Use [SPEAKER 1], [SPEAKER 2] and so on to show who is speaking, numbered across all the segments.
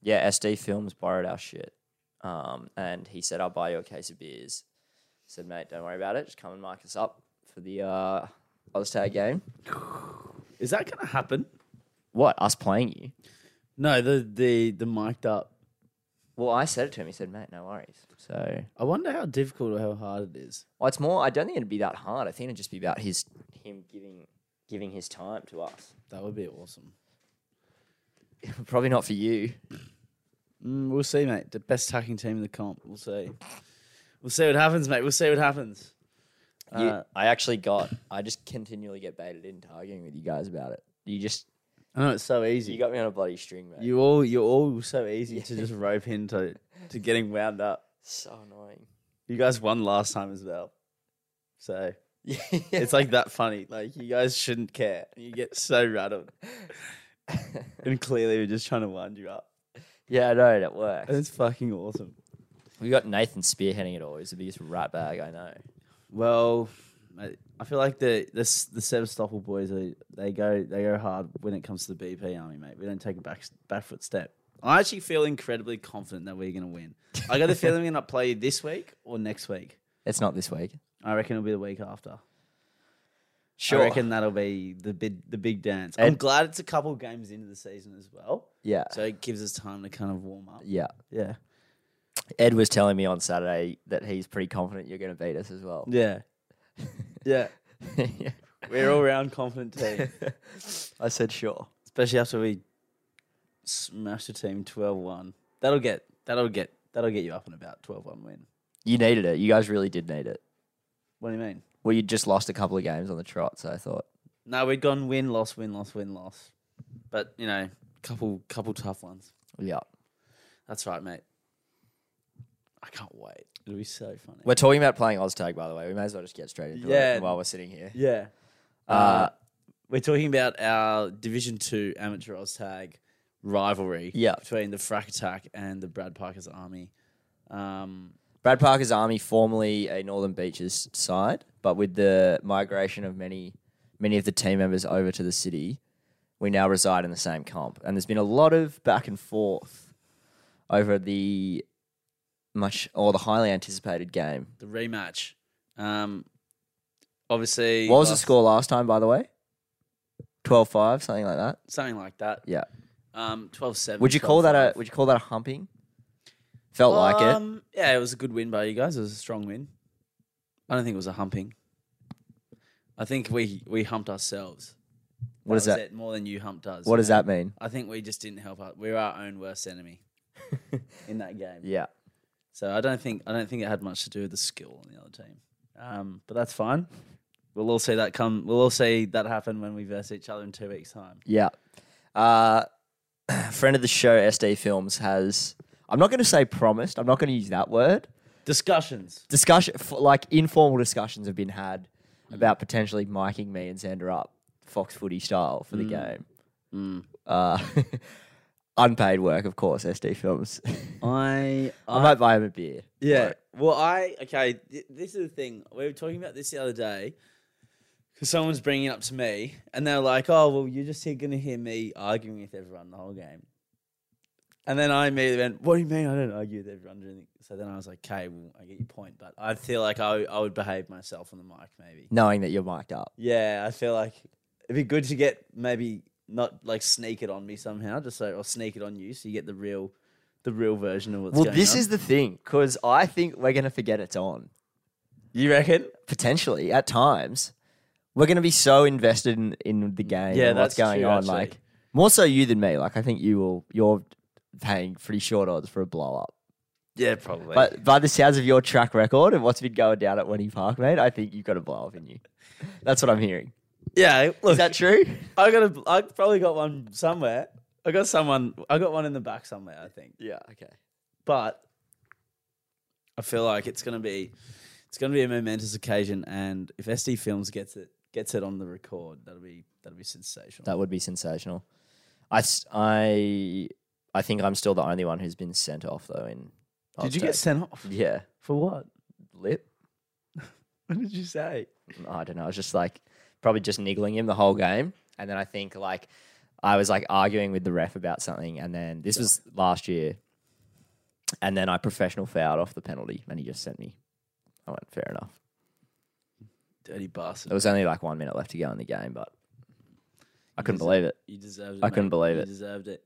[SPEAKER 1] yeah, SD Films borrowed our shit. Um, and he said, I'll buy you a case of beers. I said, mate, don't worry about it. Just come and mark us up for the uh, Oztag game.
[SPEAKER 2] Is that going to happen?
[SPEAKER 1] What? Us playing you?
[SPEAKER 2] No, the the the mic'd up.
[SPEAKER 1] Well, I said it to him. He said, mate, no worries. So,
[SPEAKER 2] I wonder how difficult or how hard it is.
[SPEAKER 1] well, it's more, I don't think it'd be that hard. I think it'd just be about his him giving giving his time to us.
[SPEAKER 2] That would be awesome.
[SPEAKER 1] Probably not for you.
[SPEAKER 2] Mm, we'll see, mate. The best hacking team in the comp. We'll see. We'll see what happens, mate. We'll see what happens.
[SPEAKER 1] You-
[SPEAKER 2] Uh,
[SPEAKER 1] I actually got. I just continually get baited in arguing with you guys about it. You just
[SPEAKER 2] I know it's so
[SPEAKER 1] you
[SPEAKER 2] easy.
[SPEAKER 1] got me on a bloody string, mate.
[SPEAKER 2] You all you're all so easy to just rope into to getting wound up.
[SPEAKER 1] so annoying.
[SPEAKER 2] You guys won last time as well. So it's like that funny. Like you guys shouldn't care. You get so rattled. and clearly we're just trying to wind you up.
[SPEAKER 1] yeah, I know and it works.
[SPEAKER 2] And it's fucking awesome.
[SPEAKER 1] we got Nathan spearheading it all. He's the biggest rat bag I know.
[SPEAKER 2] Well, I, I feel like the this the Sevastopol boys are, they go they go hard when it comes to the BP army, mate. We don't take a back back foot step. I actually feel incredibly confident that we're gonna win. I got the feeling we're gonna play this week or next week.
[SPEAKER 1] It's not this week.
[SPEAKER 2] I reckon it'll be the week after.
[SPEAKER 1] Sure.
[SPEAKER 2] I reckon that'll be the big the big dance. I'm
[SPEAKER 1] And-
[SPEAKER 2] glad it's a couple games into the season as well,
[SPEAKER 1] yeah.
[SPEAKER 2] so it gives us time to kind of warm up.
[SPEAKER 1] yeah.
[SPEAKER 2] Yeah,
[SPEAKER 1] Ed was telling me on Saturday that he's pretty confident you're going to beat us as well.
[SPEAKER 2] yeah, yeah.
[SPEAKER 1] Yeah.
[SPEAKER 2] We're all round confident team,
[SPEAKER 1] I said sure.
[SPEAKER 2] especially after we smashed the team 12-1. That'll get that'll get that'll get you up and about 12-1 win.
[SPEAKER 1] You needed it. You guys really did need it.
[SPEAKER 2] What do you mean?
[SPEAKER 1] Well, you just lost a couple of games on the trot, so I thought.
[SPEAKER 2] No, we'd gone win loss win loss win loss, but you know, couple couple tough ones.
[SPEAKER 1] Yeah.
[SPEAKER 2] That's right, mate. I can't wait. It'll be so funny.
[SPEAKER 1] We're talking about playing Oztag, by the way. We may as well just get straight into
[SPEAKER 2] Yeah.
[SPEAKER 1] it while we're sitting here.
[SPEAKER 2] Yeah.
[SPEAKER 1] Uh,
[SPEAKER 2] we're talking about our Division Two amateur Oztag rivalry
[SPEAKER 1] Yeah.
[SPEAKER 2] between the Frack Attack and the Brad Parker's Army. Um,
[SPEAKER 1] Brad Parker's army, formerly a Northern Beaches side, but with the migration of many many of the team members over to the city, we now reside in the same comp. And there's been a lot of back and forth over the much or the highly anticipated game.
[SPEAKER 2] the rematch. Um, obviously,
[SPEAKER 1] What was the
[SPEAKER 2] last-
[SPEAKER 1] score last time, by the way? 12-5, something like that.
[SPEAKER 2] Something like that.
[SPEAKER 1] Yeah.
[SPEAKER 2] Um, twelve seven.
[SPEAKER 1] Would you call that a would you call that a humping? Felt like it.
[SPEAKER 2] Um, yeah, it was a good win by you guys. It was a strong win. I don't think it was a humping. I think we we humped ourselves.
[SPEAKER 1] What is
[SPEAKER 2] was
[SPEAKER 1] that?
[SPEAKER 2] it, more than you humped us.
[SPEAKER 1] What
[SPEAKER 2] you
[SPEAKER 1] does
[SPEAKER 2] know?
[SPEAKER 1] that mean?
[SPEAKER 2] I think we just didn't help out. We were our own worst enemy in that game.
[SPEAKER 1] Yeah.
[SPEAKER 2] So I don't think I don't think it had much to do with the skill on the other team. Um, but that's fine. We'll all see that come. We'll all see that happen when we verse each other in two weeks' time.
[SPEAKER 1] Yeah. Uh, friend of the show, SD Films, has. I'm not going to say promised. I'm not going to use that word.
[SPEAKER 2] Discussions.
[SPEAKER 1] Discussion, f- like informal discussions, have been had
[SPEAKER 2] Mm.
[SPEAKER 1] about potentially miking me and Xander up Fox Footy style
[SPEAKER 2] Mm.
[SPEAKER 1] for the game. Uh, unpaid work, of course. SD Films.
[SPEAKER 2] I, uh,
[SPEAKER 1] I might buy him a beer.
[SPEAKER 2] Yeah.
[SPEAKER 1] Right.
[SPEAKER 2] Well, I okay. th- This is the thing we were talking about this the other day because someone's bringing it up to me, and they're like, "Oh, well, you're just going to hear me arguing with everyone the whole game." And then I immediately went, "What do you mean? I don't argue with everyone." During the-" So then I was like, "Okay, well, I get your point, but I feel like I, I would behave myself on the mic, maybe."
[SPEAKER 1] knowing that you're mic'd up.
[SPEAKER 2] Yeah, I feel like it'd be good to get maybe not like sneak it on me somehow, just so or sneak it on you, so you get the real, the real version of what's
[SPEAKER 1] well,
[SPEAKER 2] going
[SPEAKER 1] this
[SPEAKER 2] on.
[SPEAKER 1] is the thing, because I think we're going to forget it's on.
[SPEAKER 2] you reckon?
[SPEAKER 1] potentially at times we're going to be so invested in, in the game
[SPEAKER 2] Yeah,
[SPEAKER 1] and what's
[SPEAKER 2] that's
[SPEAKER 1] going
[SPEAKER 2] true,
[SPEAKER 1] on
[SPEAKER 2] actually.
[SPEAKER 1] like more so you than me like i think you will you're paying pretty short odds for a blow up
[SPEAKER 2] Yeah, probably.
[SPEAKER 1] but by the sounds of your track record and what's been going down at Winnie Park, mate, I think you've got a blow up in you. That's what I'm hearing.
[SPEAKER 2] Yeah, look,
[SPEAKER 1] Is that true?
[SPEAKER 2] I got a, I probably got one somewhere. I got someone, I got one in the back somewhere, I think.
[SPEAKER 1] Yeah. Okay.
[SPEAKER 2] But I feel like it's gonna be, it's gonna be a momentous occasion, and if SD Films gets it, gets it on the record, that'll be that'll be sensational.
[SPEAKER 1] That would be sensational. I, s- I, I think I'm still the only one who's been sent off though. In
[SPEAKER 2] Did you get
[SPEAKER 1] Oztag.
[SPEAKER 2] sent off
[SPEAKER 1] Yeah.
[SPEAKER 2] for what?
[SPEAKER 1] Lip.
[SPEAKER 2] What did you say?
[SPEAKER 1] I don't know. I was just like probably just niggling him the whole game, and then I think like I was like arguing with the ref about something, and then this was last year, and then I professional fouled off the penalty, and he just sent me. I went fair enough.
[SPEAKER 2] Dirty
[SPEAKER 1] There
[SPEAKER 2] bastard.
[SPEAKER 1] was only like one minute left to go in the game, but I couldn't
[SPEAKER 2] Easy.
[SPEAKER 1] believe it.
[SPEAKER 2] You deserved it.
[SPEAKER 1] I couldn't
[SPEAKER 2] mate.
[SPEAKER 1] believe
[SPEAKER 2] you
[SPEAKER 1] it.
[SPEAKER 2] deserved it.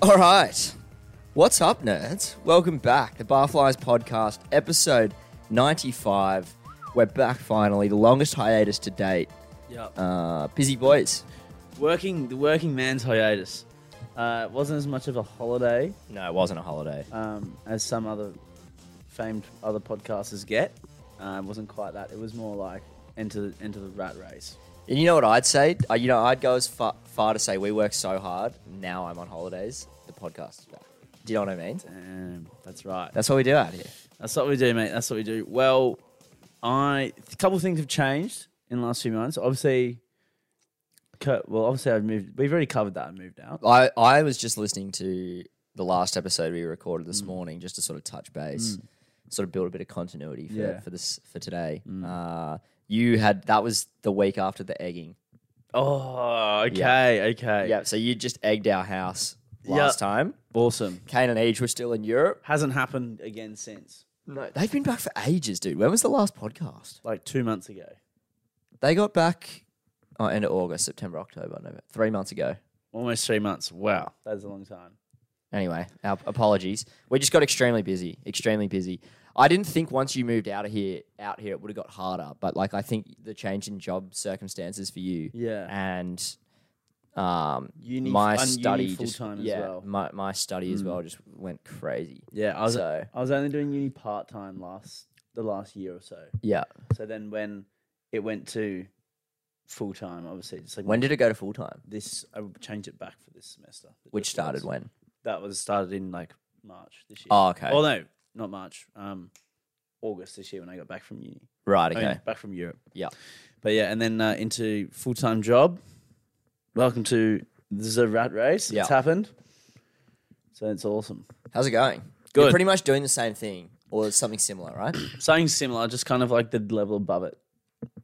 [SPEAKER 1] All right. What's up, nerds? Welcome back. The Barflies Podcast, episode 95. We're back finally, the longest hiatus to date.
[SPEAKER 2] Yep.
[SPEAKER 1] Uh, busy boys.
[SPEAKER 2] working the working man's hiatus. Uh, it wasn't as much of a holiday
[SPEAKER 1] No, it wasn't a holiday.
[SPEAKER 2] um, as some other famed other podcasters get. Uh, it wasn't quite that. It was more like enter the, enter the rat race.
[SPEAKER 1] And you know what I'd say? Uh, you know, I'd go as far, far to say we work so hard. Now I'm on holidays. The podcast is back. Do you know what I mean?
[SPEAKER 2] Damn, that's right.
[SPEAKER 1] That's what we do out here.
[SPEAKER 2] That's what we do, mate. That's what we do. Well, I a couple of things have changed in the last few months. Obviously, co- well, obviously I've moved. We've already covered that. I moved out.
[SPEAKER 1] I, I was just listening to the last episode we recorded
[SPEAKER 2] Mm.
[SPEAKER 1] this morning just to sort of touch base, sort of build a bit of continuity for,
[SPEAKER 2] Yeah. Mm.
[SPEAKER 1] for this for today. Uh, you had that was the week after the egging.
[SPEAKER 2] Oh, okay, okay,
[SPEAKER 1] Yeah, so you just egged our house
[SPEAKER 2] Yeah.
[SPEAKER 1] last time.
[SPEAKER 2] awesome.
[SPEAKER 1] Kane and Age were still in Europe.
[SPEAKER 2] Hasn't happened again since
[SPEAKER 1] No, they've been back for ages, dude. When was the last podcast?
[SPEAKER 2] like two months ago.
[SPEAKER 1] They got back oh, end of August, September, October, November, three months ago.
[SPEAKER 2] Almost three months. Wow, that's a long time.
[SPEAKER 1] Anyway, our apologies. We just got extremely busy, extremely busy. I didn't think once you moved out of here, out here, it would have got harder. But like, I think the change in job circumstances for you,
[SPEAKER 2] Yeah.
[SPEAKER 1] and um,
[SPEAKER 2] Uni-
[SPEAKER 1] my
[SPEAKER 2] and uni
[SPEAKER 1] study just-
[SPEAKER 2] full-time as
[SPEAKER 1] yeah,
[SPEAKER 2] well.
[SPEAKER 1] my my study as well just went crazy.
[SPEAKER 2] Yeah, I was
[SPEAKER 1] So-
[SPEAKER 2] I was only doing uni part time last the last year or so.
[SPEAKER 1] Yeah.
[SPEAKER 2] So then when it went to full time, obviously it's like
[SPEAKER 1] When did it go to full time?
[SPEAKER 2] this I would change it back for this semester.
[SPEAKER 1] Which
[SPEAKER 2] This
[SPEAKER 1] started
[SPEAKER 2] was-
[SPEAKER 1] when?
[SPEAKER 2] That was started in like March this year.
[SPEAKER 1] Oh, okay.
[SPEAKER 2] Oh no, not March. Um, August this year when I got back from uni.
[SPEAKER 1] Right.
[SPEAKER 2] I
[SPEAKER 1] Okay.
[SPEAKER 2] mean, back from Europe.
[SPEAKER 1] Yeah.
[SPEAKER 2] But yeah, and then uh, into full time job. Welcome to the rat race.
[SPEAKER 1] Yeah.
[SPEAKER 2] It's happened. So it's awesome.
[SPEAKER 1] How's it going? You're
[SPEAKER 2] Good.
[SPEAKER 1] pretty much doing the same thing or something similar, right?
[SPEAKER 2] something similar, just kind of like the level above it.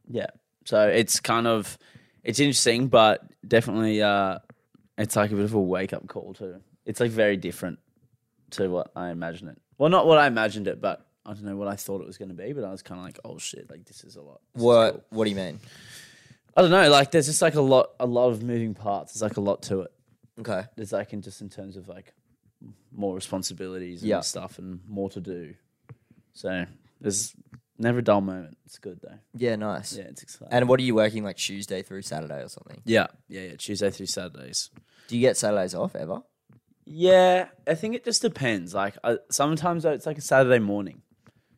[SPEAKER 2] Yeah. So it's kind of it's interesting, but definitely uh it's like a bit of a wake up call too. It's like very different to what I imagine it. Well, not what I imagined it, but I don't know what I thought it was going to be. But I was kind of like, oh shit, like this is a lot. This is
[SPEAKER 1] what
[SPEAKER 2] cool.
[SPEAKER 1] What do you mean?
[SPEAKER 2] I don't know. Like there's just like a lot, a lot of moving parts. There's like a lot to it.
[SPEAKER 1] Okay.
[SPEAKER 2] There's like in just in terms of like more responsibilities and
[SPEAKER 1] Yeah.
[SPEAKER 2] stuff and more to do. So there's never a dull moment. It's good though.
[SPEAKER 1] Yeah. Nice.
[SPEAKER 2] Yeah, it's exciting.
[SPEAKER 1] And what are you working like Tuesday through Saturday or something?
[SPEAKER 2] yeah, yeah, yeah. Tuesday through Saturdays.
[SPEAKER 1] Do you get Saturdays off ever?
[SPEAKER 2] Yeah, I think it just depends. Like I, sometimes it's like a Saturday morning,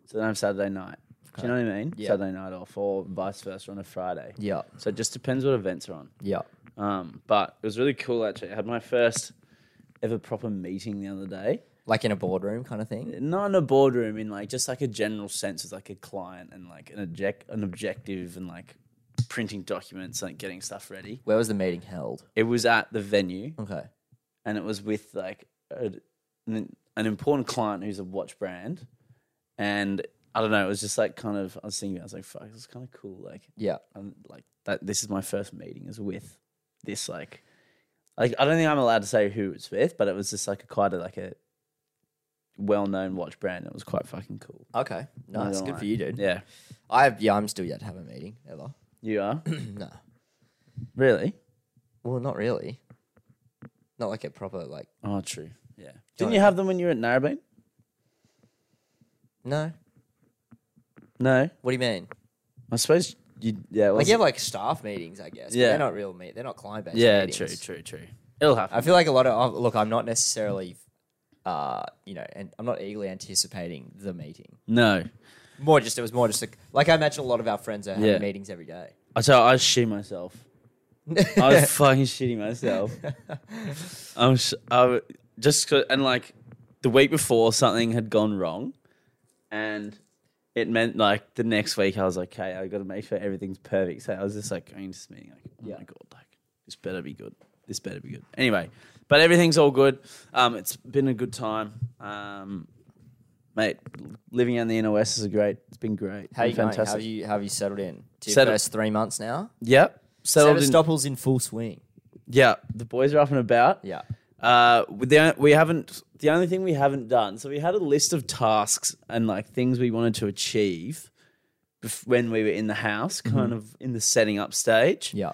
[SPEAKER 2] so then I have Saturday night. Do you know what I mean?
[SPEAKER 1] Yeah.
[SPEAKER 2] Saturday night off, or vice versa on a Friday.
[SPEAKER 1] Yeah.
[SPEAKER 2] So it just depends what events are on.
[SPEAKER 1] Yeah.
[SPEAKER 2] Um, but it was really cool actually. I had my first ever proper meeting the other day.
[SPEAKER 1] Like in a boardroom kind of thing?
[SPEAKER 2] Not in a boardroom, in like just like a general sense with like a client and like an object, an objective, and like printing documents, like getting stuff ready.
[SPEAKER 1] Where was the meeting held?
[SPEAKER 2] It was at the venue.
[SPEAKER 1] Okay.
[SPEAKER 2] and it was with like a, an, an important client who's a watch brand, and I don't know. It was just like kind of. I was thinking, I was like, "Fuck, this is kind of cool." Like,
[SPEAKER 1] Yeah.
[SPEAKER 2] I'm like that. This is my first meeting is with this like, like I don't think I'm allowed to say who it's with, but it was just like a quite a, like a well-known watch brand. It was quite fucking cool.
[SPEAKER 1] Okay.
[SPEAKER 2] Not
[SPEAKER 1] Nice.
[SPEAKER 2] gonna
[SPEAKER 1] Good
[SPEAKER 2] lie.
[SPEAKER 1] for you, dude.
[SPEAKER 2] Yeah,
[SPEAKER 1] I have, yeah, I'm still yet to have a meeting ever.
[SPEAKER 2] you are
[SPEAKER 1] no.
[SPEAKER 2] really.
[SPEAKER 1] Well, not really. Not like a proper, like,
[SPEAKER 2] Oh, true. Yeah.
[SPEAKER 1] Don't-
[SPEAKER 2] Didn't you have them when you were at Narrabeen?
[SPEAKER 1] no.
[SPEAKER 2] No,
[SPEAKER 1] What do you mean?
[SPEAKER 2] I suppose you. Yeah, it
[SPEAKER 1] Like,
[SPEAKER 2] was
[SPEAKER 1] you have like staff meetings, I guess. Yeah.
[SPEAKER 2] Yeah.
[SPEAKER 1] They're not real meet. They're not client based.
[SPEAKER 2] yeah,
[SPEAKER 1] meetings.
[SPEAKER 2] true, true, true. It'll happen.
[SPEAKER 1] I feel like a lot of, oh, look, I'm not necessarily, uh, you know, and I'm not eagerly anticipating the meeting.
[SPEAKER 2] no,
[SPEAKER 1] More just, it was more just a, like, I imagine a lot of our friends are having
[SPEAKER 2] Yeah.
[SPEAKER 1] meetings every day.
[SPEAKER 2] I tell I shit myself. I was fucking shitting myself. I was I w- just 'cause- and like the week before something had gone wrong, and it meant like the next week I was like, okay, I got to make sure everything's perfect. So I was just like going to this meeting like, oh
[SPEAKER 1] Yeah.
[SPEAKER 2] my god, like this better be good. This better be good. Anyway, but everything's all good. Um, it's been a good time. Um, mate, living out in the inner west is great. It's been great.
[SPEAKER 1] How you
[SPEAKER 2] been
[SPEAKER 1] going? How have you how have you settled in? To your
[SPEAKER 2] Settled-
[SPEAKER 1] first three months now.
[SPEAKER 2] Yep. Settled in,
[SPEAKER 1] Sevastopoli's in full swing.
[SPEAKER 2] yeah, the boys are up and about.
[SPEAKER 1] Yeah.
[SPEAKER 2] Uh, we, the, we haven't. The only thing we haven't done. So we had a list of tasks and like things we wanted to achieve bef- when we were in the house, kind of in the setting up stage.
[SPEAKER 1] Mm-hmm. Yeah.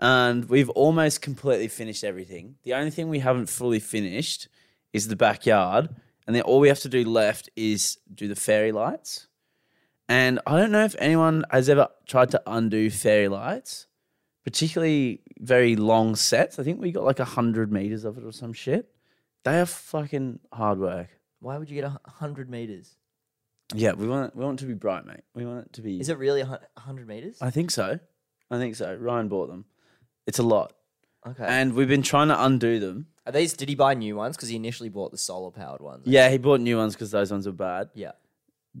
[SPEAKER 2] And we've almost completely finished everything. The only thing we haven't fully finished is the backyard, and then all we have to do left is do the fairy lights. And I don't know if anyone has ever tried to undo fairy lights, particularly very long sets. I think we got like 100 meters of it or some shit. They are fucking hard work.
[SPEAKER 1] Why would you get a hu- hundred meters?
[SPEAKER 2] Yeah, we want it, we want it to be bright, mate. We want it to be
[SPEAKER 1] Is it really a hun- a hundred meters?
[SPEAKER 2] I think so. I think so. Ryan bought them. It's a lot.
[SPEAKER 1] Okay.
[SPEAKER 2] And we've been trying to undo them.
[SPEAKER 1] Are these? Did he buy new ones? Because he initially bought the solar powered ones.
[SPEAKER 2] Yeah, he bought new ones because those ones were bad.
[SPEAKER 1] Yeah.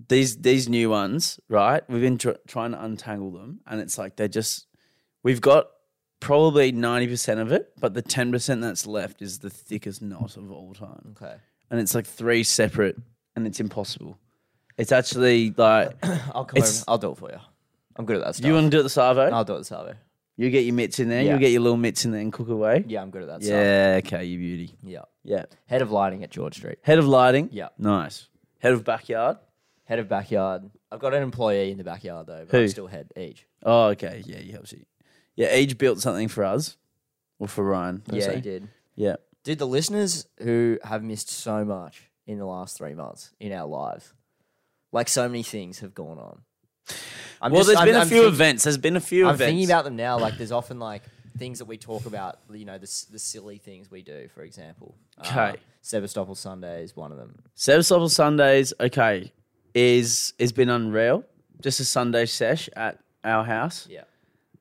[SPEAKER 2] These these new ones, right? We've been tr- trying to untangle them, and it's like they're just. We've got probably ninety percent of it, but the ten percent that's left is the thickest knot of all time,
[SPEAKER 1] Okay.
[SPEAKER 2] and it's like three separate, and it's impossible. It's actually like
[SPEAKER 1] I'll come
[SPEAKER 2] It's-
[SPEAKER 1] over. I'll do it for you. I'm good at that stuff.
[SPEAKER 2] you want to do it the salvo.
[SPEAKER 1] I'll do it this Saturday.
[SPEAKER 2] You get your mitts in there.
[SPEAKER 1] Uh, Yeah.
[SPEAKER 2] You get your little mitts in there and cook away.
[SPEAKER 1] Yeah, I'm good at that stuff.
[SPEAKER 2] Yeah. Okay. You beauty.
[SPEAKER 1] Yeah.
[SPEAKER 2] Yeah.
[SPEAKER 1] Head of lighting at George Street.
[SPEAKER 2] Head of lighting.
[SPEAKER 1] Yeah.
[SPEAKER 2] Nice. Head of backyard.
[SPEAKER 1] Head of backyard. I've got an employee in the backyard though, but
[SPEAKER 2] Who?
[SPEAKER 1] I'm still head each.
[SPEAKER 2] Oh, okay. Yeah, you helped. you. Yeah, each built something for us or for Ryan. per
[SPEAKER 1] Yeah,
[SPEAKER 2] se.
[SPEAKER 1] he did.
[SPEAKER 2] Yeah.
[SPEAKER 1] Dude, the listeners who have missed so much in the last three months in our lives, like so many things have gone on. I'm
[SPEAKER 2] well,
[SPEAKER 1] just-
[SPEAKER 2] there's
[SPEAKER 1] I'm-
[SPEAKER 2] been a
[SPEAKER 1] I'm
[SPEAKER 2] few
[SPEAKER 1] think-
[SPEAKER 2] events. There's been a few
[SPEAKER 1] I'm
[SPEAKER 2] events.
[SPEAKER 1] thinking about them now. Like, there's often like things that we talk about, you know, the, s- the silly things we do, for example. Uh,
[SPEAKER 2] Okay.
[SPEAKER 1] Sebastopol Sunday is one of them.
[SPEAKER 2] Sevastopol Sundays. Okay, is has been unreal. Just a Sunday sesh at our house.
[SPEAKER 1] Yeah.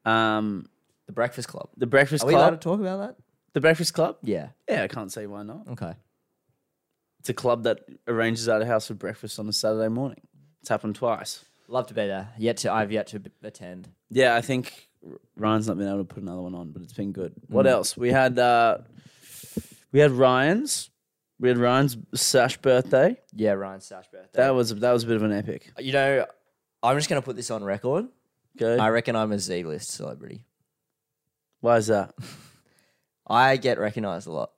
[SPEAKER 2] Um,
[SPEAKER 1] The Breakfast Club.
[SPEAKER 2] the Breakfast
[SPEAKER 1] Are we allowed
[SPEAKER 2] Club.
[SPEAKER 1] to talk about that?
[SPEAKER 2] the Breakfast Club.
[SPEAKER 1] Yeah.
[SPEAKER 2] Yeah, I can't see why not.
[SPEAKER 1] Okay.
[SPEAKER 2] It's a club that arranges out of house for breakfast on a Saturday morning. It's happened twice.
[SPEAKER 1] Love to be there. Yet to, I've yet to b- attend.
[SPEAKER 2] Yeah, I think Ryan's not been able to put another one on, but it's been good.
[SPEAKER 1] Mm.
[SPEAKER 2] What else? We had uh we had Ryan's. We had Ryan's sash birthday.
[SPEAKER 1] Yeah, Ryan's Sash birthday.
[SPEAKER 2] That was that was a bit of an epic.
[SPEAKER 1] you know, I'm just going to put this on record.
[SPEAKER 2] Go.
[SPEAKER 1] I reckon I'm a Z list celebrity.
[SPEAKER 2] Why is that?
[SPEAKER 1] I get recognized a lot.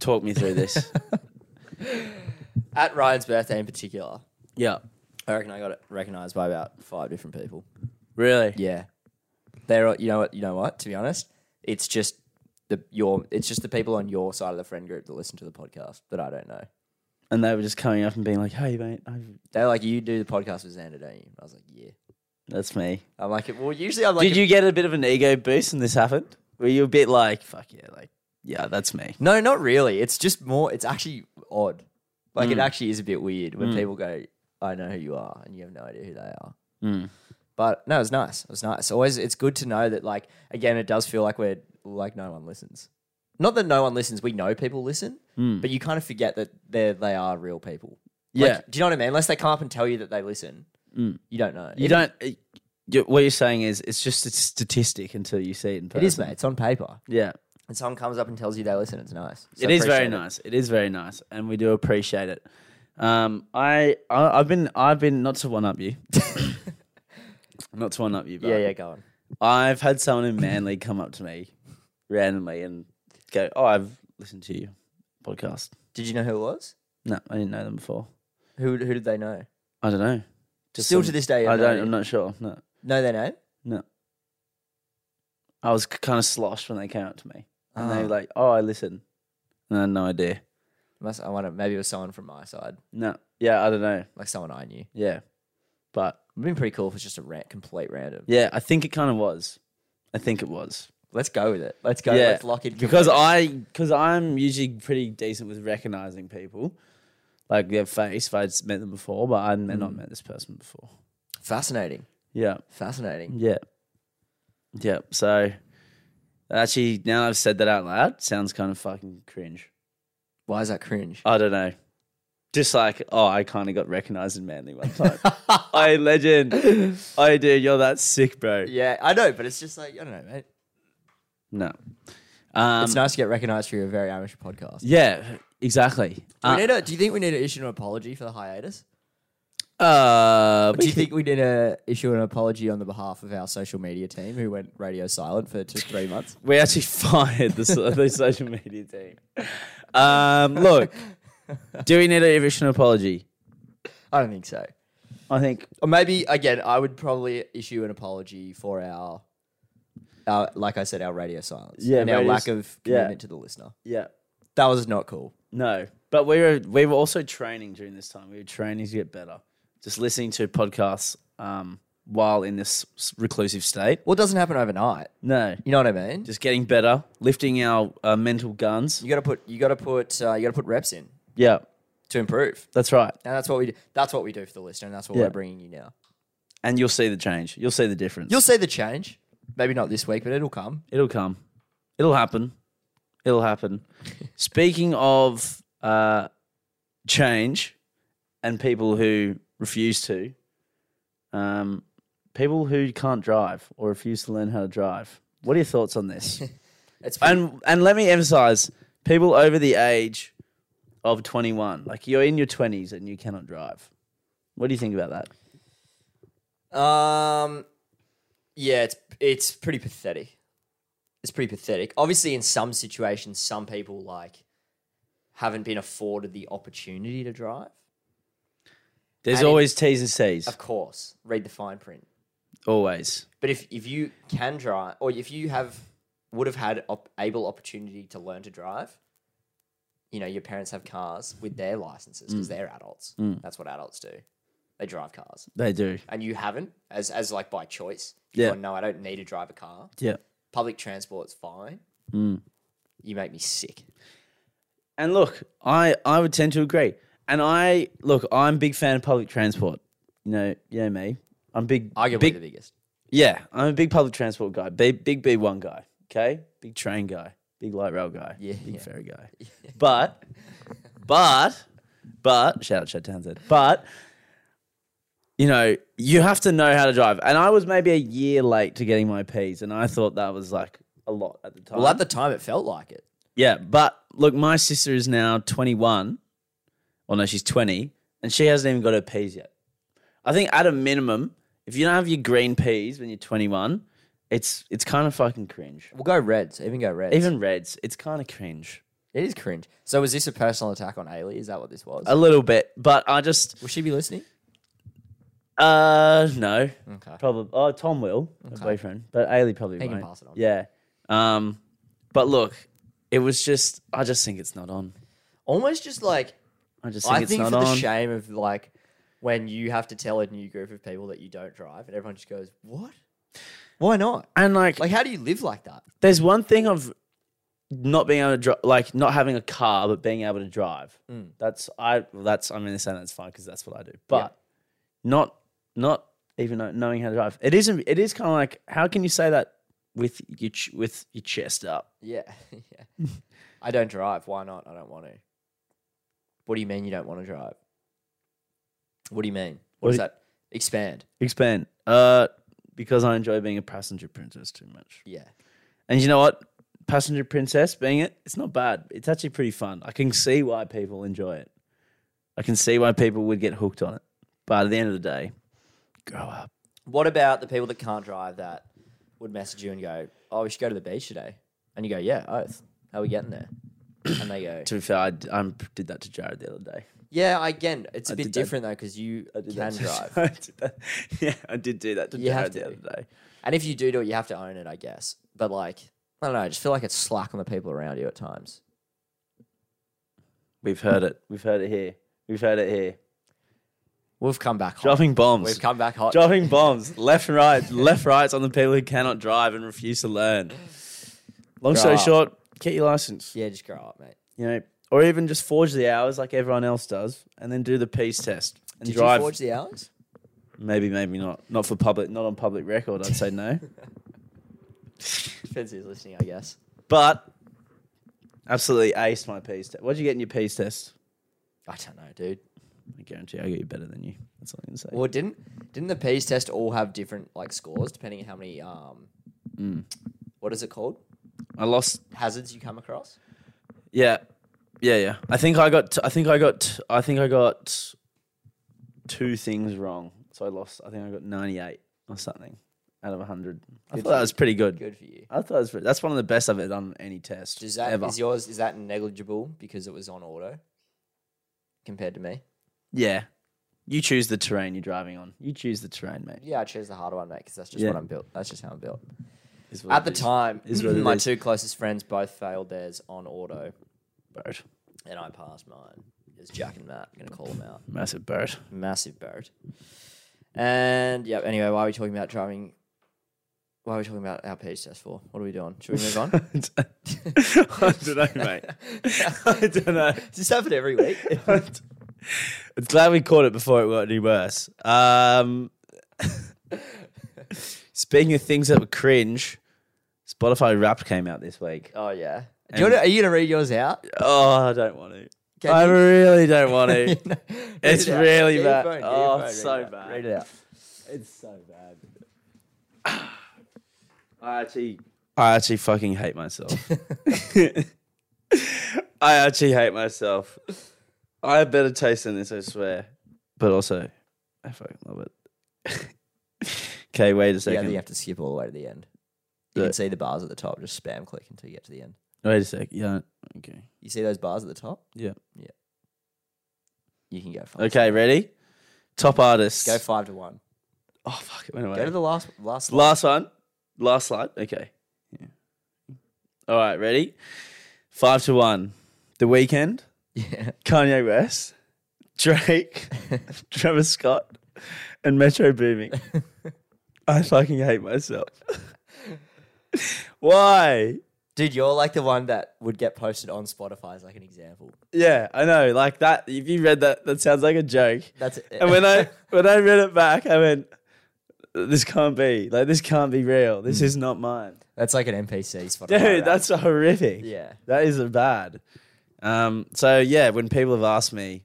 [SPEAKER 2] Talk me through this.
[SPEAKER 1] At Ryan's birthday in particular,
[SPEAKER 2] yeah.
[SPEAKER 1] I reckon I got it recognized by about five different people.
[SPEAKER 2] Really?
[SPEAKER 1] Yeah, they're all- you know what you know what. To be honest, it's just the your it's just the people on your side of the friend group that listen to the podcast that I don't know.
[SPEAKER 2] And they were just coming up and being like, "Hey, mate, i
[SPEAKER 1] They're like, you do the podcast with Xander, don't you? I was like, yeah.
[SPEAKER 2] that's me."
[SPEAKER 1] I'm like, well, usually I'm like,
[SPEAKER 2] Did you get a bit of an ego boost when this happened? Were you a bit like, "Fuck yeah, like, yeah, that's me."
[SPEAKER 1] no, not really. It's just more. It's actually odd. Like
[SPEAKER 2] Hmm.
[SPEAKER 1] it actually is a bit weird when people go, I know who you are, and you have no idea who they are.
[SPEAKER 2] Hmm.
[SPEAKER 1] But no, it was nice. It was nice. Always, it's good to know that. Like again, it does feel like we're like no one listens. Not that no one listens. We know people listen,
[SPEAKER 2] Hmm.
[SPEAKER 1] but you kind of forget that they they are real people. Like,
[SPEAKER 2] Yeah. Hmm.
[SPEAKER 1] do you know what I mean? Unless they come up and tell you that they listen, you don't know.
[SPEAKER 2] You
[SPEAKER 1] It-
[SPEAKER 2] don't. it- you- what you're saying is, it's just a statistic until you see it in person.
[SPEAKER 1] It is, mate. It's on paper,
[SPEAKER 2] Yeah.
[SPEAKER 1] and someone comes up and tells you they listen. It's nice. So
[SPEAKER 2] it is
[SPEAKER 1] appreciate
[SPEAKER 2] very
[SPEAKER 1] it.
[SPEAKER 2] nice. It is very nice, and we do appreciate it. Um, I, I I've been I've been not to one up you, not to one up you, but
[SPEAKER 1] Yeah, yeah. Go on.
[SPEAKER 2] I've had someone in Manly come up to me randomly and go, "Oh, I've listened to your podcast."
[SPEAKER 1] Did you know who it was?
[SPEAKER 2] No, I didn't know them before.
[SPEAKER 1] Who who did they know?
[SPEAKER 2] I don't know.
[SPEAKER 1] Still
[SPEAKER 2] some-
[SPEAKER 1] to this day, you
[SPEAKER 2] I
[SPEAKER 1] have no
[SPEAKER 2] don't.
[SPEAKER 1] idea.
[SPEAKER 2] I'm not sure. No,
[SPEAKER 1] Know their name?
[SPEAKER 2] no. I was kind of sloshed when they came up to me, and they
[SPEAKER 1] Ah.
[SPEAKER 2] were like, "Oh, I listen," and I had no idea.
[SPEAKER 1] Must I wonder maybe it was someone from my side,
[SPEAKER 2] No, yeah, I don't know.
[SPEAKER 1] like someone I knew.
[SPEAKER 2] Yeah, but
[SPEAKER 1] It'd been pretty cool if it's just a ra- complete random.
[SPEAKER 2] Yeah, I think it kind of was. I think it was
[SPEAKER 1] Let's go with it. Let's go.
[SPEAKER 2] Yeah.
[SPEAKER 1] Let's lock it.
[SPEAKER 2] because I because I'm usually pretty decent with recognizing people, like their face if I'd met them before, but I'd met- not met this person before.
[SPEAKER 1] fascinating,
[SPEAKER 2] Yeah,
[SPEAKER 1] fascinating.
[SPEAKER 2] yeah, yeah. So actually, now that I've said that out loud, sounds kind of fucking cringe.
[SPEAKER 1] Why is that cringe?
[SPEAKER 2] I don't know. Just like, oh, I kind of got recognized in Manly one time. I legend. I dude, you're that sick, bro.
[SPEAKER 1] yeah, I know, but it's just like I don't know, mate.
[SPEAKER 2] No. Um,
[SPEAKER 1] it's nice to get recognised for your very amateur podcast.
[SPEAKER 2] Yeah, exactly.
[SPEAKER 1] Do, we
[SPEAKER 2] Uh,
[SPEAKER 1] need a, do you think we need to issue an apology for the hiatus?
[SPEAKER 2] uh,
[SPEAKER 1] Do you think we need to issue an apology on the behalf of our social media team who went radio silent for two, three months?
[SPEAKER 2] we actually fired the, so- the social media team? Um, look, do we need a revision apology?
[SPEAKER 1] I don't think so.
[SPEAKER 2] I think
[SPEAKER 1] Or maybe again, I would probably issue an apology for our, our like I said, our radio silence.
[SPEAKER 2] Yeah,
[SPEAKER 1] and our
[SPEAKER 2] radio
[SPEAKER 1] lack
[SPEAKER 2] s-
[SPEAKER 1] of
[SPEAKER 2] yeah.
[SPEAKER 1] commitment to the listener.
[SPEAKER 2] yeah.
[SPEAKER 1] That was not cool.
[SPEAKER 2] No, but we were we were also training during this time. We were training to get better, just listening to podcasts um, while in this s- reclusive state.
[SPEAKER 1] Well, it doesn't happen overnight.
[SPEAKER 2] No,
[SPEAKER 1] You know what I mean?
[SPEAKER 2] just getting better, lifting our uh, mental guns.
[SPEAKER 1] you got to put you got to put uh, you got to put reps in
[SPEAKER 2] Yeah,
[SPEAKER 1] to improve,
[SPEAKER 2] that's right.
[SPEAKER 1] and that's what we do. that's what we do for the listener, and that's what
[SPEAKER 2] Yeah.
[SPEAKER 1] we're bringing you now.
[SPEAKER 2] And you'll see the change. You'll see the difference.
[SPEAKER 1] You'll see the change. Maybe not this week, but it'll come.
[SPEAKER 2] It'll come. It'll happen. It'll happen. Speaking of uh, change and people who refuse to, um, people who can't drive or refuse to learn how to drive. What are your thoughts on this?
[SPEAKER 1] It's pretty-
[SPEAKER 2] and and let me emphasize, people over the age of twenty one, like you're in your twenties and you cannot drive. What do you think about that?
[SPEAKER 1] Um, yeah, it's it's pretty pathetic. It's pretty pathetic. Obviously, in some situations, some people like haven't been afforded the opportunity to drive.
[SPEAKER 2] There's
[SPEAKER 1] And it-
[SPEAKER 2] always T's and C's.
[SPEAKER 1] Of course, read the fine print.
[SPEAKER 2] Always.
[SPEAKER 1] But if if you can drive, or if you have would have had op- able opportunity to learn to drive, you know your parents have cars with their licenses because they're adults. That's what adults do. They drive cars,
[SPEAKER 2] They do.
[SPEAKER 1] and you haven't as as like by choice. You've
[SPEAKER 2] Yeah.
[SPEAKER 1] gone, no, I don't need to drive a car.
[SPEAKER 2] Yeah.
[SPEAKER 1] Public transport's fine.
[SPEAKER 2] Hmm.
[SPEAKER 1] You make me sick.
[SPEAKER 2] And look, I, I would tend to agree. And I look, I'm a big fan of public transport. You know, you know me. I'm big
[SPEAKER 1] Arguably
[SPEAKER 2] big,
[SPEAKER 1] the biggest.
[SPEAKER 2] Yeah, I'm a big public transport guy. Big big B one guy. Okay? Big train guy. Big light rail guy.
[SPEAKER 1] Yeah,
[SPEAKER 2] Big
[SPEAKER 1] yeah.
[SPEAKER 2] ferry guy. But but but shout out Chad Townsend. But you know, you have to know how to drive. And I was maybe a year late to getting my P's and I thought that was like a lot at the time.
[SPEAKER 1] Well, at the time, it felt like it.
[SPEAKER 2] Yeah, but look, my sister is now 21. Well, no, she's 20, and she hasn't even got her peas yet. I think at a minimum, if you don't have your green peas when you're 21, it's it's kind of fucking cringe.
[SPEAKER 1] We'll go Reds. Even go Reds.
[SPEAKER 2] Even reds, it's kind of cringe
[SPEAKER 1] it is cringe. So was this a personal attack on Ailey? Is that what this was?
[SPEAKER 2] a little bit. But I just
[SPEAKER 1] Will she be listening?
[SPEAKER 2] uh no,
[SPEAKER 1] Okay.
[SPEAKER 2] probably. Oh, Tom will, my boyfriend, but Ailey probably
[SPEAKER 1] He can
[SPEAKER 2] won't.
[SPEAKER 1] pass it on.
[SPEAKER 2] Yeah. Um, but look, it was just I just think it's not on.
[SPEAKER 1] Almost just like
[SPEAKER 2] I just think
[SPEAKER 1] I
[SPEAKER 2] it's
[SPEAKER 1] think
[SPEAKER 2] not
[SPEAKER 1] for the
[SPEAKER 2] on.
[SPEAKER 1] shame of like when you have to tell a new group of people that you don't drive, and everyone just goes, "What? Why not?
[SPEAKER 2] and like
[SPEAKER 1] Like, how do you live like that?"
[SPEAKER 2] there's one thing of not being able to drive, like not having a car, but being able to drive. That's I. well, That's I'm gonna say that's fine because that's what I do. But not not even know- knowing how to drive. It isn't. It is kind of like how can you say that with your ch- with your chest up?
[SPEAKER 1] Yeah, yeah. I don't drive. Why not? I don't want to. What do you mean you don't want to drive? What do you mean?
[SPEAKER 2] What
[SPEAKER 1] What does
[SPEAKER 2] do-
[SPEAKER 1] that expand?
[SPEAKER 2] Expand. Uh, because I enjoy being a passenger princess too much.
[SPEAKER 1] Yeah,
[SPEAKER 2] And you know what? Passenger princess being it, it's not bad. It's actually pretty fun. I can see why people enjoy it. I can see why people would get hooked on it. But at the end of the day, grow up.
[SPEAKER 1] What about the people that can't drive that would message you and go, "Oh, we should go to the beach today," and you go, "Yeah, oath. How are we getting there?" And they go,
[SPEAKER 2] To be fair, I, d- I did that to Jared the other day.
[SPEAKER 1] "Yeah, again, it's a
[SPEAKER 2] I
[SPEAKER 1] bit
[SPEAKER 2] did that-
[SPEAKER 1] different though because you
[SPEAKER 2] I did
[SPEAKER 1] can
[SPEAKER 2] that to-
[SPEAKER 1] drive."
[SPEAKER 2] I did that. Yeah, I did do that to
[SPEAKER 1] You have
[SPEAKER 2] Jared the
[SPEAKER 1] to.
[SPEAKER 2] other day.
[SPEAKER 1] And if you do do it, you have to own it, I guess. But like, I don't know. I just feel like it's slack on the people around you at times.
[SPEAKER 2] We've heard it. We've heard it here. We've heard it here.
[SPEAKER 1] We've come back hot.
[SPEAKER 2] Dropping bombs.
[SPEAKER 1] Oh, We've come back hot.
[SPEAKER 2] Dropping bombs. Left and right. left rights on the people who cannot drive and refuse to learn. Long
[SPEAKER 1] Grow
[SPEAKER 2] story
[SPEAKER 1] up.
[SPEAKER 2] short, get your license.
[SPEAKER 1] Yeah, just grow up, mate.
[SPEAKER 2] you know, or even just forge the hours like everyone else does, and then do the peace test and
[SPEAKER 1] Did
[SPEAKER 2] drive.
[SPEAKER 1] you forge the hours?
[SPEAKER 2] Maybe, maybe not. Not for public, not on public record. I'd say no,
[SPEAKER 1] Depends who's listening, I guess.
[SPEAKER 2] but absolutely aced my peace test. What would you get in your peace test?
[SPEAKER 1] I don't know, dude.
[SPEAKER 2] I guarantee I get you better than you. That's all I'm gonna say.
[SPEAKER 1] Well, didn't didn't the P's
[SPEAKER 2] Mm.
[SPEAKER 1] test all have different like scores depending on how many um, what is it called?
[SPEAKER 2] I lost.
[SPEAKER 1] hazards you come across?
[SPEAKER 2] Yeah, yeah, yeah. I think I got. I think I got. I think I got two things wrong. So I lost. I think I got ninety eight or something out of hundred. I
[SPEAKER 1] Good
[SPEAKER 2] thought that
[SPEAKER 1] job.
[SPEAKER 2] was pretty good.
[SPEAKER 1] Good for you.
[SPEAKER 2] I thought that was, pre- that's one of the best I've ever done on any test
[SPEAKER 1] Does that is
[SPEAKER 2] ever.
[SPEAKER 1] yours? Is that negligible because it was on auto compared to me?
[SPEAKER 2] yeah. You choose the terrain you're driving on. You choose the terrain, mate.
[SPEAKER 1] Yeah, I chose the harder one, mate, because that's just
[SPEAKER 2] Yeah.
[SPEAKER 1] what I'm built. That's just how I'm built.
[SPEAKER 2] is what
[SPEAKER 1] At
[SPEAKER 2] it
[SPEAKER 1] the
[SPEAKER 2] is.
[SPEAKER 1] time,
[SPEAKER 2] Is what it
[SPEAKER 1] my
[SPEAKER 2] is.
[SPEAKER 1] two closest friends both failed theirs on auto,
[SPEAKER 2] Boat.
[SPEAKER 1] and I passed mine. It's Jack and Matt. I'm gonna call them out.
[SPEAKER 2] Massive boat.
[SPEAKER 1] Massive boat. And yeah. Anyway, why are we talking about driving? Why are we talking about our page test for? What are we doing? Should we move on?
[SPEAKER 2] I don't know, mate. I don't know.
[SPEAKER 1] Does this happen every week?
[SPEAKER 2] it's glad we caught it before it got any worse. Um, speaking of things that were cringe, Spotify Wrapped came out this week.
[SPEAKER 1] Oh yeah. Do you wanna, are you gonna read yours out?
[SPEAKER 2] Oh, I don't want to.
[SPEAKER 1] Can
[SPEAKER 2] I
[SPEAKER 1] you-
[SPEAKER 2] really don't want to.
[SPEAKER 1] No,
[SPEAKER 2] It's
[SPEAKER 1] read it out.
[SPEAKER 2] really
[SPEAKER 1] Get your
[SPEAKER 2] bad.
[SPEAKER 1] phone, get your
[SPEAKER 2] Oh,
[SPEAKER 1] phone, read
[SPEAKER 2] so
[SPEAKER 1] it out.
[SPEAKER 2] bad.
[SPEAKER 1] Read it out.
[SPEAKER 2] It's so bad. I actually, I actually fucking hate myself. I actually hate myself. I have better taste than this, I swear. But also, I fucking love it. okay, wait a
[SPEAKER 1] Yeah,
[SPEAKER 2] second.
[SPEAKER 1] then you have to skip all the way to the end. You
[SPEAKER 2] Yeah.
[SPEAKER 1] can see the bars at the top. Just spam click until you get to the end.
[SPEAKER 2] Wait a sec. Yeah. Okay.
[SPEAKER 1] You see those bars at the top?
[SPEAKER 2] Yeah.
[SPEAKER 1] Yeah. You can go five.
[SPEAKER 2] Okay, ready? Top artist.
[SPEAKER 1] Go five to one.
[SPEAKER 2] oh fuck, it went away.
[SPEAKER 1] Go to the last last. slide.
[SPEAKER 2] Last one. Last slide. Okay. Yeah. All right, ready? Five to one. The weekend.
[SPEAKER 1] Yeah.
[SPEAKER 2] Kanye West, Drake, Trevor Scott, and Metro Booming. I fucking hate myself. Why?
[SPEAKER 1] Dude, you're like the one that would get posted on Spotify as like an example.
[SPEAKER 2] Yeah, I know. Like that. If you read that, that sounds like a joke.
[SPEAKER 1] That's it.
[SPEAKER 2] And when I when I read it back, I went, "This can't be. Like this can't be real. This is not mine,
[SPEAKER 1] that's like an NPC Spotify.
[SPEAKER 2] dude.
[SPEAKER 1] rap.
[SPEAKER 2] Mm. That's horrific.
[SPEAKER 1] yeah.
[SPEAKER 2] That is bad. Um, so yeah, when people have asked me,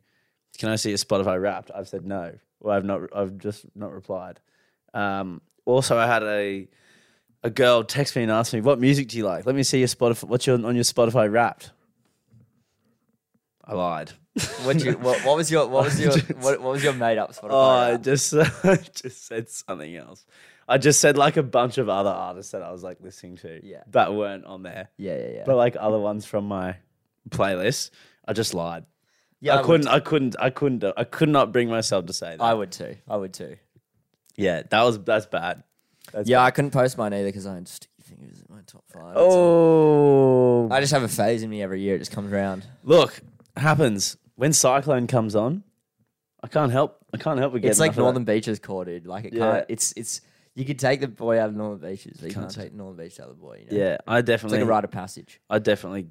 [SPEAKER 2] "Can I see a Spotify Wrapped?" I've said no, or I've not. I've just not replied. Um, also, I had a a girl text me and ask me, "What music do you like? Let me see your Spotify. What's your on your Spotify Wrapped?" I lied.
[SPEAKER 1] What you? What, what was your? What was your?
[SPEAKER 2] Just-
[SPEAKER 1] what, what was your made up Spotify?
[SPEAKER 2] Oh, I
[SPEAKER 1] rap?
[SPEAKER 2] just I just said something else. I just said like a bunch of other artists that I was like listening to
[SPEAKER 1] Yeah.
[SPEAKER 2] that weren't on there,
[SPEAKER 1] yeah, yeah, yeah.
[SPEAKER 2] but like other ones from my playlist. I just lied.
[SPEAKER 1] yeah,
[SPEAKER 2] I,
[SPEAKER 1] would
[SPEAKER 2] couldn't.
[SPEAKER 1] too.
[SPEAKER 2] I couldn't. I couldn't. do- I could not bring myself to say that.
[SPEAKER 1] I would too. I would too.
[SPEAKER 2] yeah, that was that's bad. That's
[SPEAKER 1] Yeah,
[SPEAKER 2] bad.
[SPEAKER 1] I couldn't post mine either because I had sticky fingers in my top five.
[SPEAKER 2] Oh,
[SPEAKER 1] I just have a phase in me every year. It just comes around.
[SPEAKER 2] look, happens when Cyclone comes on. I can't help. I can't help but get.
[SPEAKER 1] It's like
[SPEAKER 2] enough of that.
[SPEAKER 1] Northern Beaches core, dude. Like it
[SPEAKER 2] Yeah.
[SPEAKER 1] can't. It's it's. You could take the boy out of Northern Beaches, but you can't,
[SPEAKER 2] Can't.
[SPEAKER 1] take Northern Beach out of the boy. You know?
[SPEAKER 2] Yeah, I
[SPEAKER 1] it's
[SPEAKER 2] definitely.
[SPEAKER 1] like a rite of passage.
[SPEAKER 2] I definitely,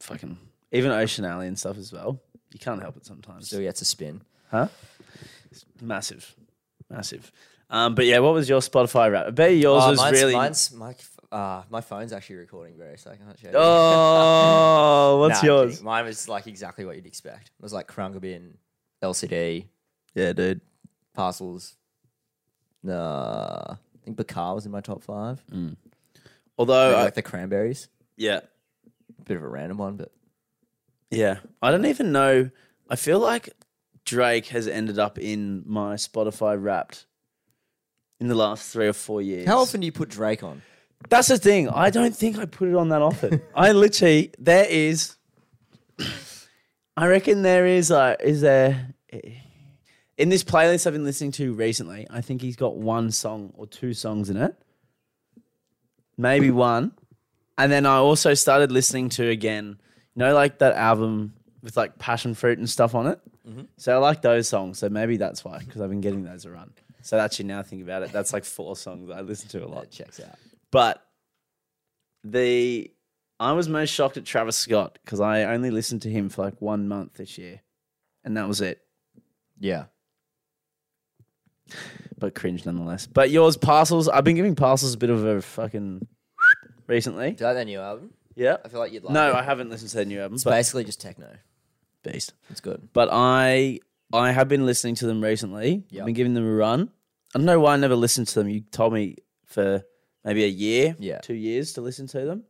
[SPEAKER 2] fucking even Ocean Alley and stuff as well. You can't help it sometimes.
[SPEAKER 1] Still gets a spin.
[SPEAKER 2] Massive, massive. Um, but yeah, what was your Spotify rap? I bet yours
[SPEAKER 1] Oh,
[SPEAKER 2] was
[SPEAKER 1] mine's,
[SPEAKER 2] really.
[SPEAKER 1] mine's my f- uh, my phone's actually recording, bro, so I can't show you.
[SPEAKER 2] oh,
[SPEAKER 1] Nah,
[SPEAKER 2] what's
[SPEAKER 1] I'm
[SPEAKER 2] yours?
[SPEAKER 1] kidding. Mine was like exactly what you'd expect. It was like Krungabin, LCD,
[SPEAKER 2] Yeah, dude.
[SPEAKER 1] parcels. Nah, I think Bakar was in my top five.
[SPEAKER 2] Although, I,
[SPEAKER 1] like the cranberries.
[SPEAKER 2] yeah,
[SPEAKER 1] Bit of a random one, but
[SPEAKER 2] Yeah. I don't even know. I feel like Drake has ended up in my Spotify wrapped in the last three or four years.
[SPEAKER 1] how often do you put Drake on?
[SPEAKER 2] That's the thing. I don't think I put it on that often. I literally, there is, I reckon there is, like, is there, in this playlist I've been listening to recently, I think he's got one song or two songs in it. Maybe one. And then I also started listening to again, you know, like that album with like passion fruit and stuff on it. So I like those songs. So maybe that's why, because I've been getting those a run. So actually, now I think about it, that's like four songs I listen to a lot.
[SPEAKER 1] That checks out.
[SPEAKER 2] But the I was most shocked at Travis Scott because I only listened to him for like one month this year, and that was it.
[SPEAKER 1] Yeah.
[SPEAKER 2] But cringe nonetheless. But yours parcels, I've been giving parcels a bit of a fucking recently.
[SPEAKER 1] Do you like their new album?
[SPEAKER 2] Yeah.
[SPEAKER 1] I feel like you'd like
[SPEAKER 2] No,
[SPEAKER 1] it.
[SPEAKER 2] I haven't listened to their new album,
[SPEAKER 1] It's
[SPEAKER 2] but
[SPEAKER 1] basically just techno.
[SPEAKER 2] beast.
[SPEAKER 1] It's good.
[SPEAKER 2] But I I have been listening to them recently.
[SPEAKER 1] Yeah.
[SPEAKER 2] I've been giving them a run. I don't know why I never listened to them. You told me for maybe a year,
[SPEAKER 1] Yeah.
[SPEAKER 2] two years to listen to them.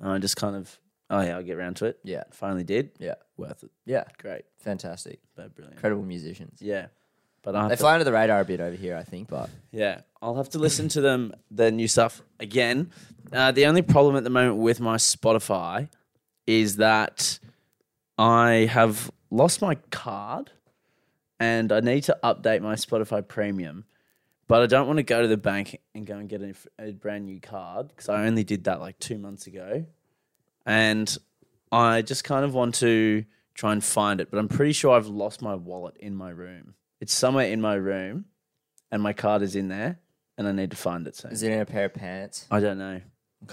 [SPEAKER 2] And I just kind of, oh yeah, I'll get around to it.
[SPEAKER 1] Yeah.
[SPEAKER 2] Finally did.
[SPEAKER 1] Yeah.
[SPEAKER 2] Worth it.
[SPEAKER 1] Yeah.
[SPEAKER 2] Great.
[SPEAKER 1] Fantastic.
[SPEAKER 2] But brilliant.
[SPEAKER 1] Incredible musicians.
[SPEAKER 2] Yeah. But I have
[SPEAKER 1] They
[SPEAKER 2] to-
[SPEAKER 1] fly under the radar a bit over here, I think, but
[SPEAKER 2] Yeah, I'll have to listen to them their new stuff again. Uh, the only problem at the moment with my Spotify is that I have lost my card, and I need to update my Spotify Premium. But I don't want to go to the bank and go and get a, f- a brand new card because I only did that like two months ago, and I just kind of want to try and find it. But I'm pretty sure I've lost my wallet in my room. It's somewhere in my room and my card is in there, and I need to find it soon.
[SPEAKER 1] is it in a pair of pants?
[SPEAKER 2] I don't know.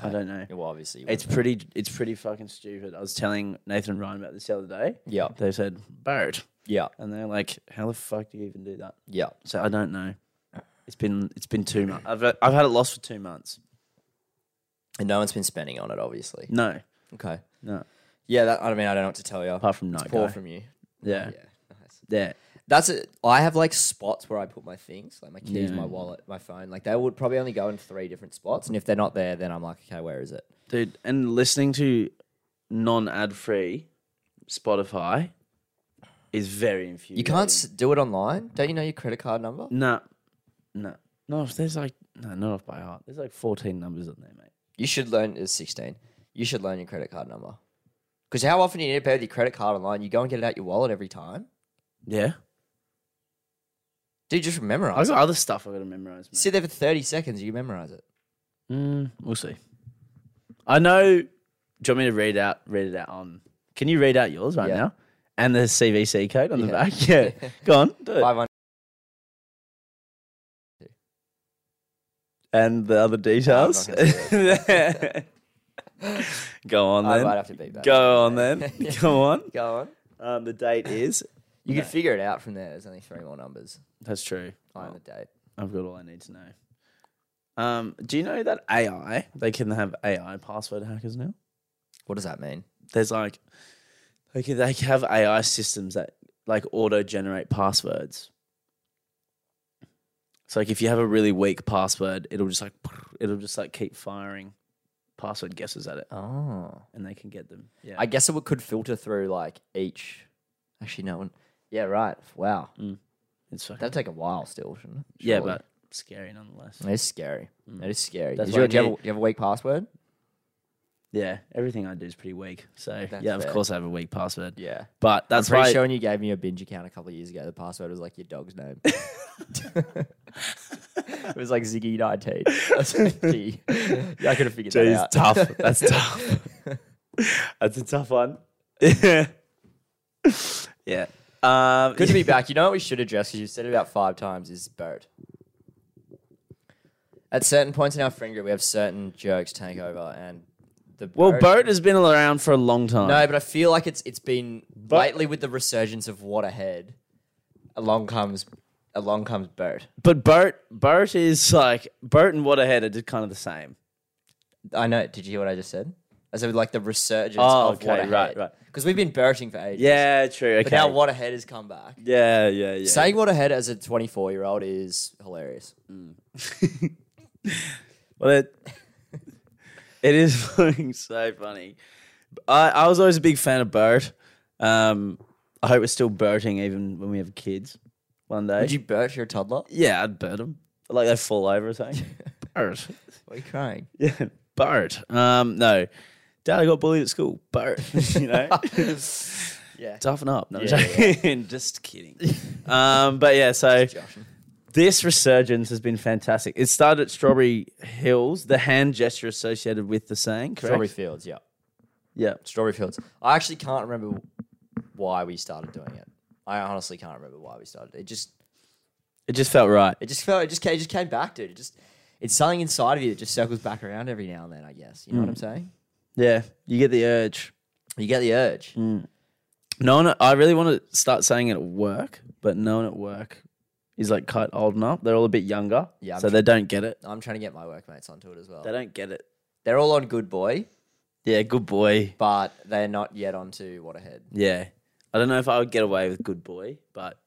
[SPEAKER 2] I don't know.
[SPEAKER 1] Well, obviously. you
[SPEAKER 2] It's
[SPEAKER 1] wouldn't.
[SPEAKER 2] pretty. It's pretty fucking stupid. I was telling Nathan and Ryan about this the other day.
[SPEAKER 1] yeah.
[SPEAKER 2] They said Barrett,
[SPEAKER 1] Yeah.
[SPEAKER 2] and they're like, "How the fuck do you even do that?"
[SPEAKER 1] Yeah.
[SPEAKER 2] So I don't know. It's been it's been two months. I've I've had it lost for two months.
[SPEAKER 1] And no one's been spending on it, obviously.
[SPEAKER 2] No,
[SPEAKER 1] Okay.
[SPEAKER 2] no.
[SPEAKER 1] Yeah, that, I mean, I don't know what to tell you.
[SPEAKER 2] Apart from no.
[SPEAKER 1] It's poor
[SPEAKER 2] guy.
[SPEAKER 1] from you.
[SPEAKER 2] yeah,
[SPEAKER 1] Nice.
[SPEAKER 2] yeah,
[SPEAKER 1] That's it. I have like spots where I put my things, like my keys,
[SPEAKER 2] Yeah.
[SPEAKER 1] my wallet, my phone. Like they would probably only go in three different spots, and if they're not there, then I'm like, okay, where is it?
[SPEAKER 2] dude. And listening to non ad free Spotify is very infuriating.
[SPEAKER 1] You can't s- do it online. Don't you know your credit card number?
[SPEAKER 2] No, no, no. if There's like no, not off by heart. There's like 14 numbers on there, mate.
[SPEAKER 1] You should learn. It's sixteen. You should learn your credit card number. Because how often do you need to pay with your credit card online? You go and get it out your wallet every time.
[SPEAKER 2] Yeah,
[SPEAKER 1] Dude, just
[SPEAKER 2] I
[SPEAKER 1] memorize. it.
[SPEAKER 2] got other stuff I got to memorize. Mate.
[SPEAKER 1] Sit there for thirty seconds. You memorize it.
[SPEAKER 2] Mm, we'll see. I know. Do you want me to read out? Read it out on. Can you read out yours right
[SPEAKER 1] Yeah.
[SPEAKER 2] now? And the CVC code on the
[SPEAKER 1] Yeah.
[SPEAKER 2] back. Yeah, go on. Do it.
[SPEAKER 1] Five hundred.
[SPEAKER 2] And the other details.
[SPEAKER 1] gonna say
[SPEAKER 2] go on
[SPEAKER 1] I
[SPEAKER 2] then.
[SPEAKER 1] might have to beat that.
[SPEAKER 2] Go on then.
[SPEAKER 1] Yeah.
[SPEAKER 2] Go on.
[SPEAKER 1] Go on.
[SPEAKER 2] Um, the date is.
[SPEAKER 1] You
[SPEAKER 2] No.
[SPEAKER 1] can figure it out from there. There's only three more numbers.
[SPEAKER 2] That's true.
[SPEAKER 1] I on the date.
[SPEAKER 2] I've got all I need to know. Um, do you know that AI? They can have AI password hackers now.
[SPEAKER 1] What does that mean?
[SPEAKER 2] There's like, they can they have AI systems that like auto generate passwords. So like, if you have a really weak password, it'll just like it'll just like keep firing password guesses at it,
[SPEAKER 1] Oh.
[SPEAKER 2] and they can get them. Yeah,
[SPEAKER 1] I guess it would, could filter through like each. Actually, no one. Yeah, right. Wow.
[SPEAKER 2] it's fucking,
[SPEAKER 1] That'd take a while still, shouldn't it?
[SPEAKER 2] yeah,
[SPEAKER 1] Surely.
[SPEAKER 2] but Mm. scary nonetheless.
[SPEAKER 1] That is scary. That is scary.
[SPEAKER 2] That's
[SPEAKER 1] Is
[SPEAKER 2] why
[SPEAKER 1] your,
[SPEAKER 2] I
[SPEAKER 1] do, you have a,
[SPEAKER 2] need-
[SPEAKER 1] do you have a weak password?
[SPEAKER 2] Yeah, everything I do is pretty weak. So
[SPEAKER 1] That's
[SPEAKER 2] yeah, of
[SPEAKER 1] fair.
[SPEAKER 2] course I have a weak password.
[SPEAKER 1] Yeah.
[SPEAKER 2] But that's
[SPEAKER 1] I'm pretty
[SPEAKER 2] why
[SPEAKER 1] sure when you gave me a binge account a couple of years ago, the password was like your dog's name. it was like Ziggy 19. That's G. Yeah, I could have figured
[SPEAKER 2] Jeez,
[SPEAKER 1] that out.
[SPEAKER 2] tough. That's tough. That's a tough one. yeah. Um,
[SPEAKER 1] Good to be back. You know what we should address because you've said it about five times is Barrett. At certain points in our friend group, we have certain jokes take over, and the
[SPEAKER 2] Well,
[SPEAKER 1] Barrett-
[SPEAKER 2] Boat has been around for a long time.
[SPEAKER 1] No, but I feel like it's it's been lately with the resurgence of Waterhead. Along comes, along comes Bert.
[SPEAKER 2] but Boat Boat is like Boat and Waterhead are just kind of the same.
[SPEAKER 1] I know. Did you hear what I just said? I said like the resurgence
[SPEAKER 2] Oh,
[SPEAKER 1] of
[SPEAKER 2] okay,
[SPEAKER 1] Waterhead.
[SPEAKER 2] right, right.
[SPEAKER 1] Because we've been Berting for ages.
[SPEAKER 2] Yeah, true. Okay.
[SPEAKER 1] But now Waterhead has come back.
[SPEAKER 2] yeah, yeah, yeah.
[SPEAKER 1] Saying Waterhead as a 24 year old is hilarious.
[SPEAKER 2] Well, it it is fucking so funny. I, I was always a big fan of Boat. Um, I hope we're still boating even when we have kids one day.
[SPEAKER 1] Would you Bert your toddler?
[SPEAKER 2] Yeah, I'd bird them. Like they fall over or something. bird.
[SPEAKER 1] Why are you crying?
[SPEAKER 2] Yeah, bird. Um, no. Dad, I got bullied at school. Bird. you know?
[SPEAKER 1] Yeah.
[SPEAKER 2] Toughen up. No, I'm
[SPEAKER 1] Yeah, yeah,
[SPEAKER 2] joking. Just kidding. Um, but yeah, so this resurgence has been fantastic. It started at Strawberry Hills, the hand gesture associated with the saying, correct?
[SPEAKER 1] Strawberry Fields, yeah.
[SPEAKER 2] Yeah.
[SPEAKER 1] Strawberry Fields. I actually can't remember why we started doing it. I honestly can't remember why we started. It just
[SPEAKER 2] It just felt right.
[SPEAKER 1] it just felt it just came, it just came back, dude. It just it's something inside of you that just circles back around every now and then, I guess. You know what I'm saying?
[SPEAKER 2] Yeah. You get the urge.
[SPEAKER 1] You get the urge.
[SPEAKER 2] No one, I really want to start saying it at work, but no one at work is like quite old enough. They're all a bit younger.
[SPEAKER 1] Yeah, I'm
[SPEAKER 2] So they don't get it.
[SPEAKER 1] I'm trying to get my workmates onto it as well.
[SPEAKER 2] They don't get it.
[SPEAKER 1] They're all on Good Boy,
[SPEAKER 2] Yeah, good boy.
[SPEAKER 1] but they're not yet onto Waterhead.
[SPEAKER 2] Yeah. I don't know if I would get away with good boy, but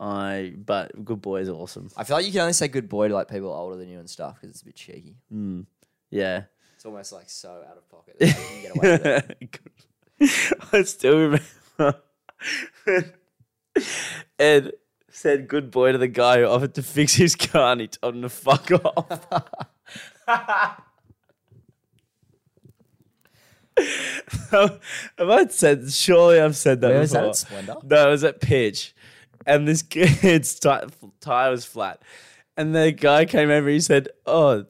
[SPEAKER 2] I but good boy is awesome.
[SPEAKER 1] I feel like you can only say Good Boy to like people older than you and stuff because it's a bit cheeky.
[SPEAKER 2] Yeah.
[SPEAKER 1] It's almost like so out of pocket. That you can get away with it.
[SPEAKER 2] I still remember when Ed said good boy to the guy who offered to fix his car and he told him to fuck off. Have I said, surely I've said that
[SPEAKER 1] Where was
[SPEAKER 2] before.
[SPEAKER 1] that at Splendor?
[SPEAKER 2] No, it was at pitch, and this kid's ti- tire was flat, and the guy came over. He said, "Oh,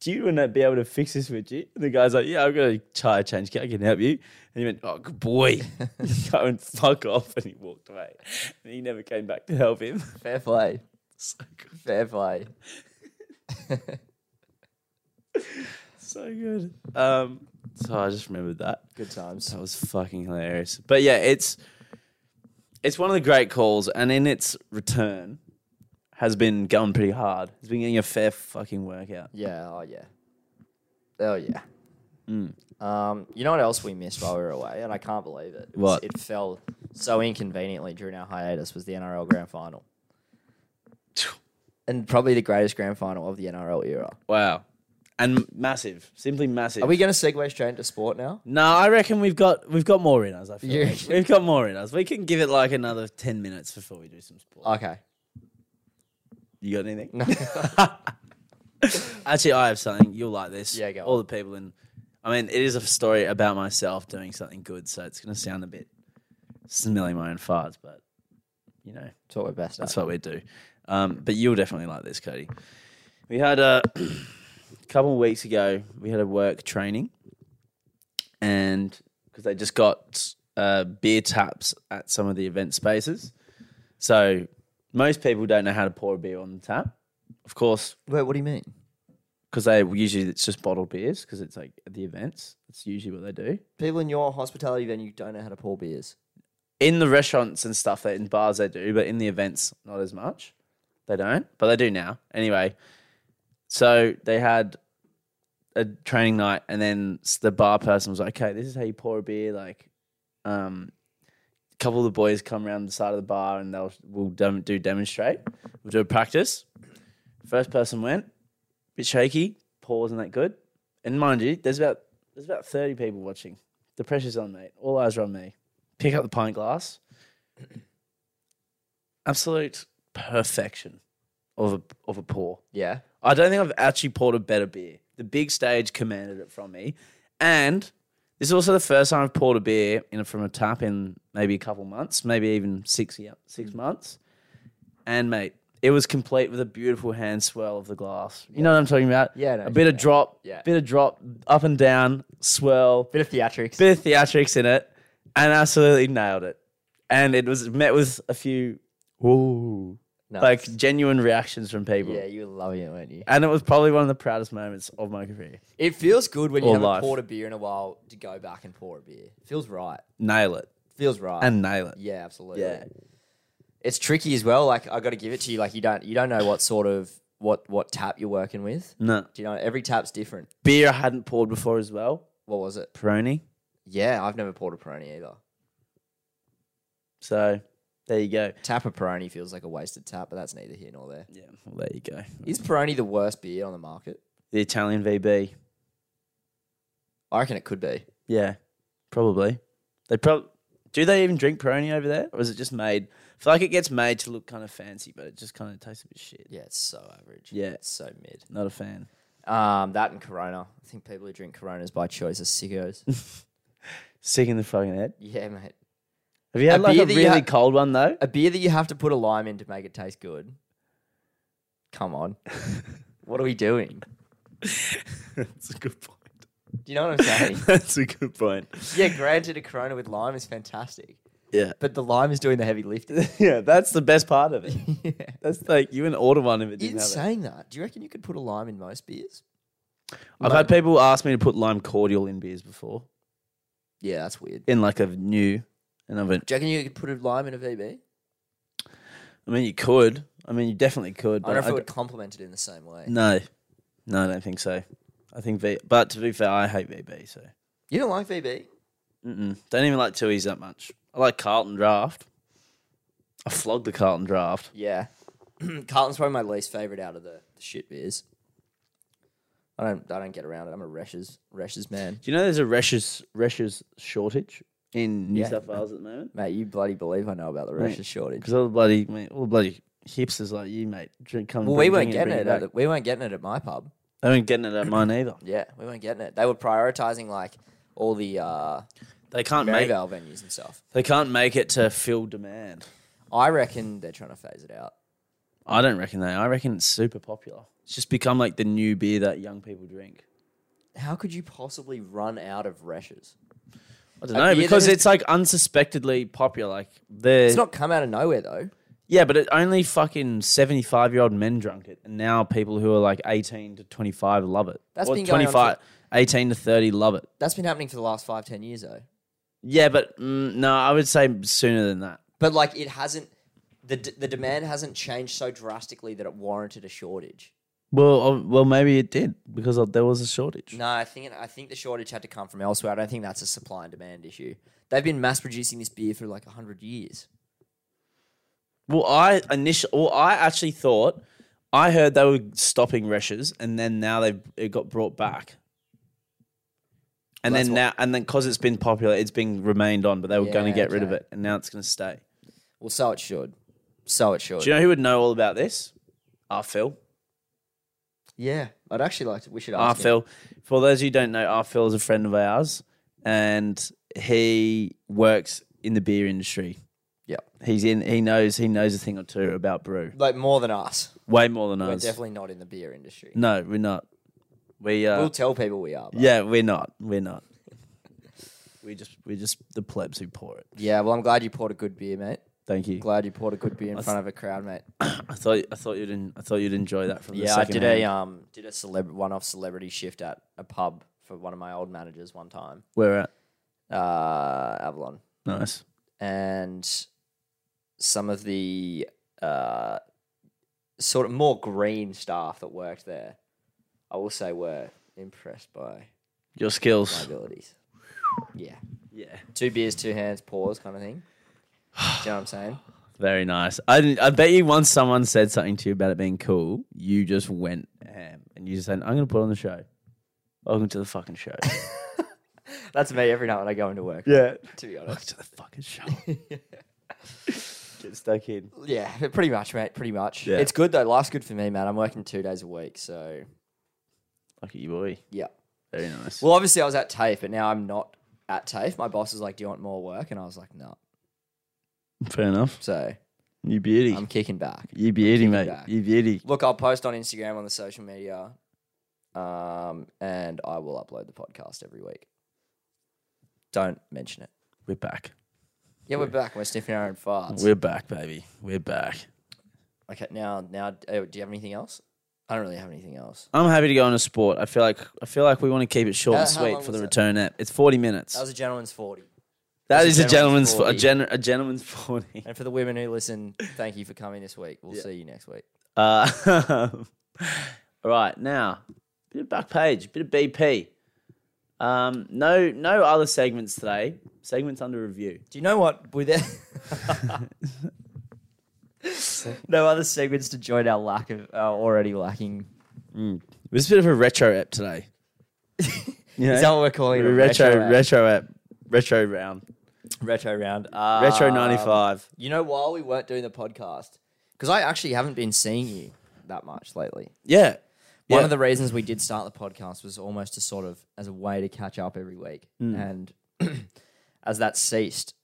[SPEAKER 2] do you want to be able to fix this with you?" And the guy's like, "Yeah, I've got a tire change kit. I can help you." And he went, "Oh, good boy." Go and fuck off, and he walked away. And he never came back to help him.
[SPEAKER 1] Fair play.
[SPEAKER 2] so good,
[SPEAKER 1] Fair play.
[SPEAKER 2] so good. Um, so I just remembered that.
[SPEAKER 1] Good times.
[SPEAKER 2] That was fucking hilarious. But yeah, it's it's one of the great calls, and in its return, has been going pretty hard. It's been getting a fair fucking workout.
[SPEAKER 1] Yeah. Oh yeah. Oh yeah. Um, you know what else we missed while we were away, and I can't believe it. It was-
[SPEAKER 2] What?
[SPEAKER 1] It fell so inconveniently during our hiatus was the NRL Grand Final, and probably the greatest Grand Final of the NRL era.
[SPEAKER 2] Wow, and massive, simply massive.
[SPEAKER 1] Are we going to segue straight into sport now?
[SPEAKER 2] no, I reckon we've got we've got more in us. I feel
[SPEAKER 1] You
[SPEAKER 2] like.
[SPEAKER 1] reckon?
[SPEAKER 2] we've got more in us. We can give it like another ten minutes before we do some sport.
[SPEAKER 1] Okay.
[SPEAKER 2] you got anything? Actually, I have something. You'll like this.
[SPEAKER 1] Yeah, go
[SPEAKER 2] All
[SPEAKER 1] on.
[SPEAKER 2] the people in. I mean, it is a story about myself doing something good, so it's going to sound a bit smelling my own farts, but you know,
[SPEAKER 1] That's what we're best at.
[SPEAKER 2] that's what we do. Um, but you'll definitely like this, Cody. We had a, couple of weeks ago, we had a work training, and because they just got uh, beer taps at some of the event spaces. So most people don't know how to pour a beer on the tap. Of course,
[SPEAKER 1] Wait, what do you mean?
[SPEAKER 2] because they usually it's just bottled beers because it's like at the events. That's usually what they do
[SPEAKER 1] People in your hospitality venue don't know how to pour beers.
[SPEAKER 2] in the restaurants and stuff. That in bars they do, but in the events not as much. They don't, but they do now. Anyway, so they had a training night, and then s- the bar person was like, "Okay, this is how you pour a beer." Like, um, a couple of the boys come around the side of the bar, and they'll we'll dem- do demonstrate. We'll do a practice. First person went, bit shaky. Paul wasn't that good, and mind you, there's about there's about thirty people watching. The pressure's on, mate. All eyes are on me. Pick up the pint glass. Absolute perfection of a of a pour.
[SPEAKER 1] Yeah.
[SPEAKER 2] I don't think I've actually poured a better beer. The big stage commanded it from me, and this is also the first time I've poured a beer in from a tap in maybe a couple months, maybe even six yeah,
[SPEAKER 1] Mm.
[SPEAKER 2] six months. And mate, it was complete with a beautiful hand swirl of the glass. You know what I'm talking about?
[SPEAKER 1] Yeah, I know
[SPEAKER 2] a
[SPEAKER 1] what
[SPEAKER 2] bit
[SPEAKER 1] you
[SPEAKER 2] of
[SPEAKER 1] mean.
[SPEAKER 2] drop,
[SPEAKER 1] Yeah.
[SPEAKER 2] bit of drop, up and down, swirl
[SPEAKER 1] Bit of theatrics.
[SPEAKER 2] bit of theatrics in it, and absolutely nailed it. And it was met with a few ooh,
[SPEAKER 1] Nice.
[SPEAKER 2] like genuine reactions from people.
[SPEAKER 1] yeah, you were loving it, weren't you?
[SPEAKER 2] And it was probably one of the proudest moments of my career.
[SPEAKER 1] It feels good when you
[SPEAKER 2] Or
[SPEAKER 1] haven't
[SPEAKER 2] life.
[SPEAKER 1] poured a beer in a while to go back and pour a beer. Feels right.
[SPEAKER 2] Nail it
[SPEAKER 1] Feels right.
[SPEAKER 2] and nail it.
[SPEAKER 1] yeah, absolutely.
[SPEAKER 2] Yeah.
[SPEAKER 1] It's tricky as well. Like I got to give it to you. Like you don't you don't know what sort of what what tap you're working with.
[SPEAKER 2] No
[SPEAKER 1] Do you know every tap's different?
[SPEAKER 2] beer I hadn't poured before as well.
[SPEAKER 1] What was it?
[SPEAKER 2] Peroni.
[SPEAKER 1] Yeah, I've never poured a Peroni either.
[SPEAKER 2] So there you go.
[SPEAKER 1] Tap a Peroni feels like a wasted tap, but that's neither here nor there.
[SPEAKER 2] Yeah, well, there you go.
[SPEAKER 1] Is Peroni the worst beer on the market?
[SPEAKER 2] The Italian VB.
[SPEAKER 1] I reckon it could be.
[SPEAKER 2] Yeah, probably. They probably do. They even drink Peroni over there, or is it just made? I feel like it gets made to look kind of fancy, but it just kind of tastes a bit shit.
[SPEAKER 1] Yeah, it's so average.
[SPEAKER 2] Yeah.
[SPEAKER 1] it's so mid.
[SPEAKER 2] Not a fan.
[SPEAKER 1] Um, that and Corona. I think people who drink Coronas by choice are sickos.
[SPEAKER 2] Sick in the fucking head.
[SPEAKER 1] yeah, mate.
[SPEAKER 2] Have you had
[SPEAKER 1] A
[SPEAKER 2] like
[SPEAKER 1] beer
[SPEAKER 2] a
[SPEAKER 1] that you
[SPEAKER 2] really
[SPEAKER 1] ha-
[SPEAKER 2] cold one though?
[SPEAKER 1] A beer that you have to put a lime in to make it taste good. Come on, what are we doing?
[SPEAKER 2] That's a good point.
[SPEAKER 1] Do you know what I'm saying?
[SPEAKER 2] That's a good point.
[SPEAKER 1] yeah, granted, a Corona with lime is fantastic,
[SPEAKER 2] Yeah.
[SPEAKER 1] but the lime is doing the heavy lifting.
[SPEAKER 2] Yeah, that's the best part of it.
[SPEAKER 1] yeah.
[SPEAKER 2] That's like you wouldn't order one if it didn't
[SPEAKER 1] In
[SPEAKER 2] have it.
[SPEAKER 1] saying that, do you reckon you could put a lime in most beers?
[SPEAKER 2] I've had people ask me to put lime cordial in beers before,
[SPEAKER 1] Yeah, that's weird.
[SPEAKER 2] in like a new, and I went.
[SPEAKER 1] Do you reckon you could put a lime in a VB?
[SPEAKER 2] I mean, you could. I mean, you definitely could.
[SPEAKER 1] I don't
[SPEAKER 2] But
[SPEAKER 1] know if
[SPEAKER 2] I
[SPEAKER 1] it
[SPEAKER 2] d- Mm.
[SPEAKER 1] would complement it in the same way.
[SPEAKER 2] no, no, I don't think so. I think V. But to be fair, I hate VB. So
[SPEAKER 1] You don't like VB?
[SPEAKER 2] Mm-mm. don't even like Tui's that much. I like Carlton Draft. I flogged the Carlton Draft.
[SPEAKER 1] Yeah. Carlton's probably my least favourite out of the, the shit beers. I don't I don't get around it. I'm a Reshes Reshes man.
[SPEAKER 2] Do you know there's a Reshes Reshes shortage in New
[SPEAKER 1] Yeah.
[SPEAKER 2] South Wales at the moment?
[SPEAKER 1] Mate, you bloody believe I know about the
[SPEAKER 2] Mate,
[SPEAKER 1] Reshes shortage.
[SPEAKER 2] Because all the bloody mate, all the bloody hipsters like you, mate, drink come.
[SPEAKER 1] Well, we
[SPEAKER 2] bring-
[SPEAKER 1] weren't
[SPEAKER 2] bring
[SPEAKER 1] getting
[SPEAKER 2] bring
[SPEAKER 1] it.
[SPEAKER 2] back.
[SPEAKER 1] At the, we weren't getting it at my pub.
[SPEAKER 2] They weren't getting it at mine either.
[SPEAKER 1] Yeah, we weren't getting it. They were prioritizing like all the uh,
[SPEAKER 2] They can't make.
[SPEAKER 1] Maryvale venues and stuff.
[SPEAKER 2] They can't make it to fill demand.
[SPEAKER 1] I reckon they're trying to phase it out.
[SPEAKER 2] I don't reckon they. I reckon it's super popular. It's just become like the new beer that young people drink.
[SPEAKER 1] How could you possibly run out of Reshes?
[SPEAKER 2] I don't
[SPEAKER 1] A
[SPEAKER 2] know
[SPEAKER 1] beer that
[SPEAKER 2] because
[SPEAKER 1] is-
[SPEAKER 2] it's like unsuspectedly popular. Like they're
[SPEAKER 1] It's not come out of nowhere though.
[SPEAKER 2] yeah, but it, only fucking seventy-five year old men drunk it, and now people who are like eighteen to twenty-five love it.
[SPEAKER 1] That's
[SPEAKER 2] Or
[SPEAKER 1] been going on for-
[SPEAKER 2] 18 to thirty love it.
[SPEAKER 1] That's been happening for the last five, ten years though.
[SPEAKER 2] Yeah, but mm, no, I would say sooner than that.
[SPEAKER 1] But like it hasn't. The, d- the demand hasn't changed so drastically that it warranted a shortage.
[SPEAKER 2] Well, uh, well, maybe it did because uh, there was a shortage.
[SPEAKER 1] No, I think I think the shortage had to come from elsewhere. I don't think that's a supply and demand issue. They've been mass producing this beer for like hundred years.
[SPEAKER 2] Well, I initially, well, I actually thought I heard they were stopping Reshes, and then now they've it got brought back. And
[SPEAKER 1] Well, that's
[SPEAKER 2] then
[SPEAKER 1] what-
[SPEAKER 2] now, and then because it's been popular, it's been remained on, but they were going to
[SPEAKER 1] Yeah,
[SPEAKER 2] get rid of
[SPEAKER 1] okay.
[SPEAKER 2] it, and now it's going to stay.
[SPEAKER 1] Well, so it should. So it should.
[SPEAKER 2] Do you know who would know all about this? R. Phil.
[SPEAKER 1] yeah, I'd actually like to. We should
[SPEAKER 2] R.
[SPEAKER 1] ask. him.
[SPEAKER 2] Ah, Phil. For those who don't know, R. Phil is a friend of ours, and he works in the beer industry.
[SPEAKER 1] Yeah,
[SPEAKER 2] He's in. He knows. He knows a thing or two about brew.
[SPEAKER 1] like more than us.
[SPEAKER 2] Way more than
[SPEAKER 1] We're
[SPEAKER 2] us.
[SPEAKER 1] definitely not in the beer industry.
[SPEAKER 2] no, we're not. We uh,
[SPEAKER 1] We'll tell people we are. But yeah.
[SPEAKER 2] Yeah, we're not. We're not. we just we're just the plebs who pour it.
[SPEAKER 1] Well, I'm glad you poured a good beer, mate.
[SPEAKER 2] Thank you.
[SPEAKER 1] Glad you poured a good beer in front of a crowd, mate.
[SPEAKER 2] I thought I thought you'd en- I thought you'd enjoy that from the
[SPEAKER 1] Yeah, I
[SPEAKER 2] second
[SPEAKER 1] did
[SPEAKER 2] hand.
[SPEAKER 1] a um did a celeb- one off celebrity shift at a pub for one of my old managers one time,
[SPEAKER 2] We're at
[SPEAKER 1] uh, Avalon,
[SPEAKER 2] nice.
[SPEAKER 1] and some of the uh sort of more green staff that worked there, I will say, were impressed by
[SPEAKER 2] Your
[SPEAKER 1] my
[SPEAKER 2] skills.
[SPEAKER 1] abilities. Yeah,
[SPEAKER 2] Yeah,
[SPEAKER 1] two beers, two hands, pause, kind of thing. Do you know what I'm saying?
[SPEAKER 2] very nice. I didn't- I bet you once someone said something to you about it being cool, you just went ham and you just said, "I'm going to put on the show." Welcome to the fucking show.
[SPEAKER 1] That's me every night when I go into work.
[SPEAKER 2] yeah.
[SPEAKER 1] To be honest.
[SPEAKER 2] Welcome to the fucking show. Get stuck in.
[SPEAKER 1] Yeah, pretty much, mate. Pretty much.
[SPEAKER 2] Yeah.
[SPEAKER 1] It's good though. Life's good for me, man. I'm working two days a week, so
[SPEAKER 2] Lucky you, boy.
[SPEAKER 1] yeah.
[SPEAKER 2] Very nice.
[SPEAKER 1] Well, obviously I was at TAFE, but now I'm not at TAFE. My boss is like, "Do you want more work?" And I was like, "No."
[SPEAKER 2] Fair enough.
[SPEAKER 1] So
[SPEAKER 2] You beauty.
[SPEAKER 1] I'm kicking back.
[SPEAKER 2] you beauty, mate.
[SPEAKER 1] back.
[SPEAKER 2] You beauty.
[SPEAKER 1] Look, I'll post on Instagram on the social media, um, and I will upload the podcast every week. Don't mention it.
[SPEAKER 2] We're back.
[SPEAKER 1] Yeah, we're back. We're sniffing our own farts.
[SPEAKER 2] We're back, baby. We're back.
[SPEAKER 1] okay, now, now, uh, do you have anything else? I don't really have anything else.
[SPEAKER 2] I'm happy to go on a sport. I feel like I feel like we want to keep it short
[SPEAKER 1] How-
[SPEAKER 2] and
[SPEAKER 1] how long
[SPEAKER 2] sweet for the
[SPEAKER 1] was it?
[SPEAKER 2] return app. It's 40 minutes.
[SPEAKER 1] That was a gentleman's forty.
[SPEAKER 2] that
[SPEAKER 1] was
[SPEAKER 2] is
[SPEAKER 1] a
[SPEAKER 2] a gentleman's fo- a,
[SPEAKER 1] gentleman's
[SPEAKER 2] gen- a gentleman's 40.
[SPEAKER 1] And for the women who listen, thank you for coming this week. We'll see you next week.
[SPEAKER 2] Uh, all right, now bit of back page, bit of BP. Um, no, no other segments today. Segments under review.
[SPEAKER 1] Do you know what? With no other segments to join our lack of our already lacking.
[SPEAKER 2] This is a bit of a retro app today. Yeah,
[SPEAKER 1] Is that what we're calling it? A
[SPEAKER 2] retro retro app.
[SPEAKER 1] retro,
[SPEAKER 2] retro round
[SPEAKER 1] retro round. Uh,
[SPEAKER 2] retro 95.
[SPEAKER 1] You know, while we weren't doing the podcast, because I actually haven't been seeing you that much lately.
[SPEAKER 2] Yeah,
[SPEAKER 1] One
[SPEAKER 2] Yeah.
[SPEAKER 1] of the reasons we did start the podcast was almost to sort of as a way to catch up every week, and as that ceased,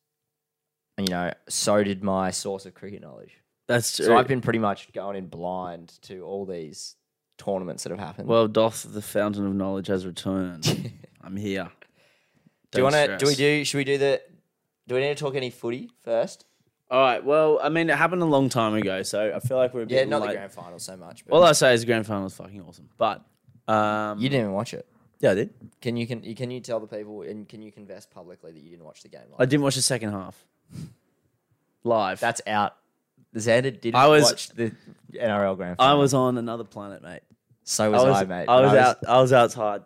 [SPEAKER 1] you know, so did my source of cricket knowledge.
[SPEAKER 2] that's true.
[SPEAKER 1] So I've been pretty much going in blind to all these tournaments that have happened.
[SPEAKER 2] Well, doth the fountain of knowledge has returned. I'm here.
[SPEAKER 1] do you want
[SPEAKER 2] Don't
[SPEAKER 1] to? Do we
[SPEAKER 2] stress.
[SPEAKER 1] do? Should we do the? Do we need to talk any footy first?
[SPEAKER 2] All right. Well, I mean, it happened a long time ago, so I feel like we're a bit
[SPEAKER 1] Yeah, not
[SPEAKER 2] late.
[SPEAKER 1] the grand final so much. But
[SPEAKER 2] All I say is the grand final was fucking awesome, but um,
[SPEAKER 1] you didn't even watch it.
[SPEAKER 2] yeah, I did.
[SPEAKER 1] Can you can you- can you tell the people and can you confess publicly that you didn't watch the game?
[SPEAKER 2] I
[SPEAKER 1] Live?
[SPEAKER 2] didn't watch the second half live.
[SPEAKER 1] That's out. Xander didn't
[SPEAKER 2] I was-
[SPEAKER 1] watch the NRL grand
[SPEAKER 2] I
[SPEAKER 1] final.
[SPEAKER 2] was on another planet, mate.
[SPEAKER 1] so was I,
[SPEAKER 2] I was,
[SPEAKER 1] mate.
[SPEAKER 2] I was,
[SPEAKER 1] And
[SPEAKER 2] out. I was outside.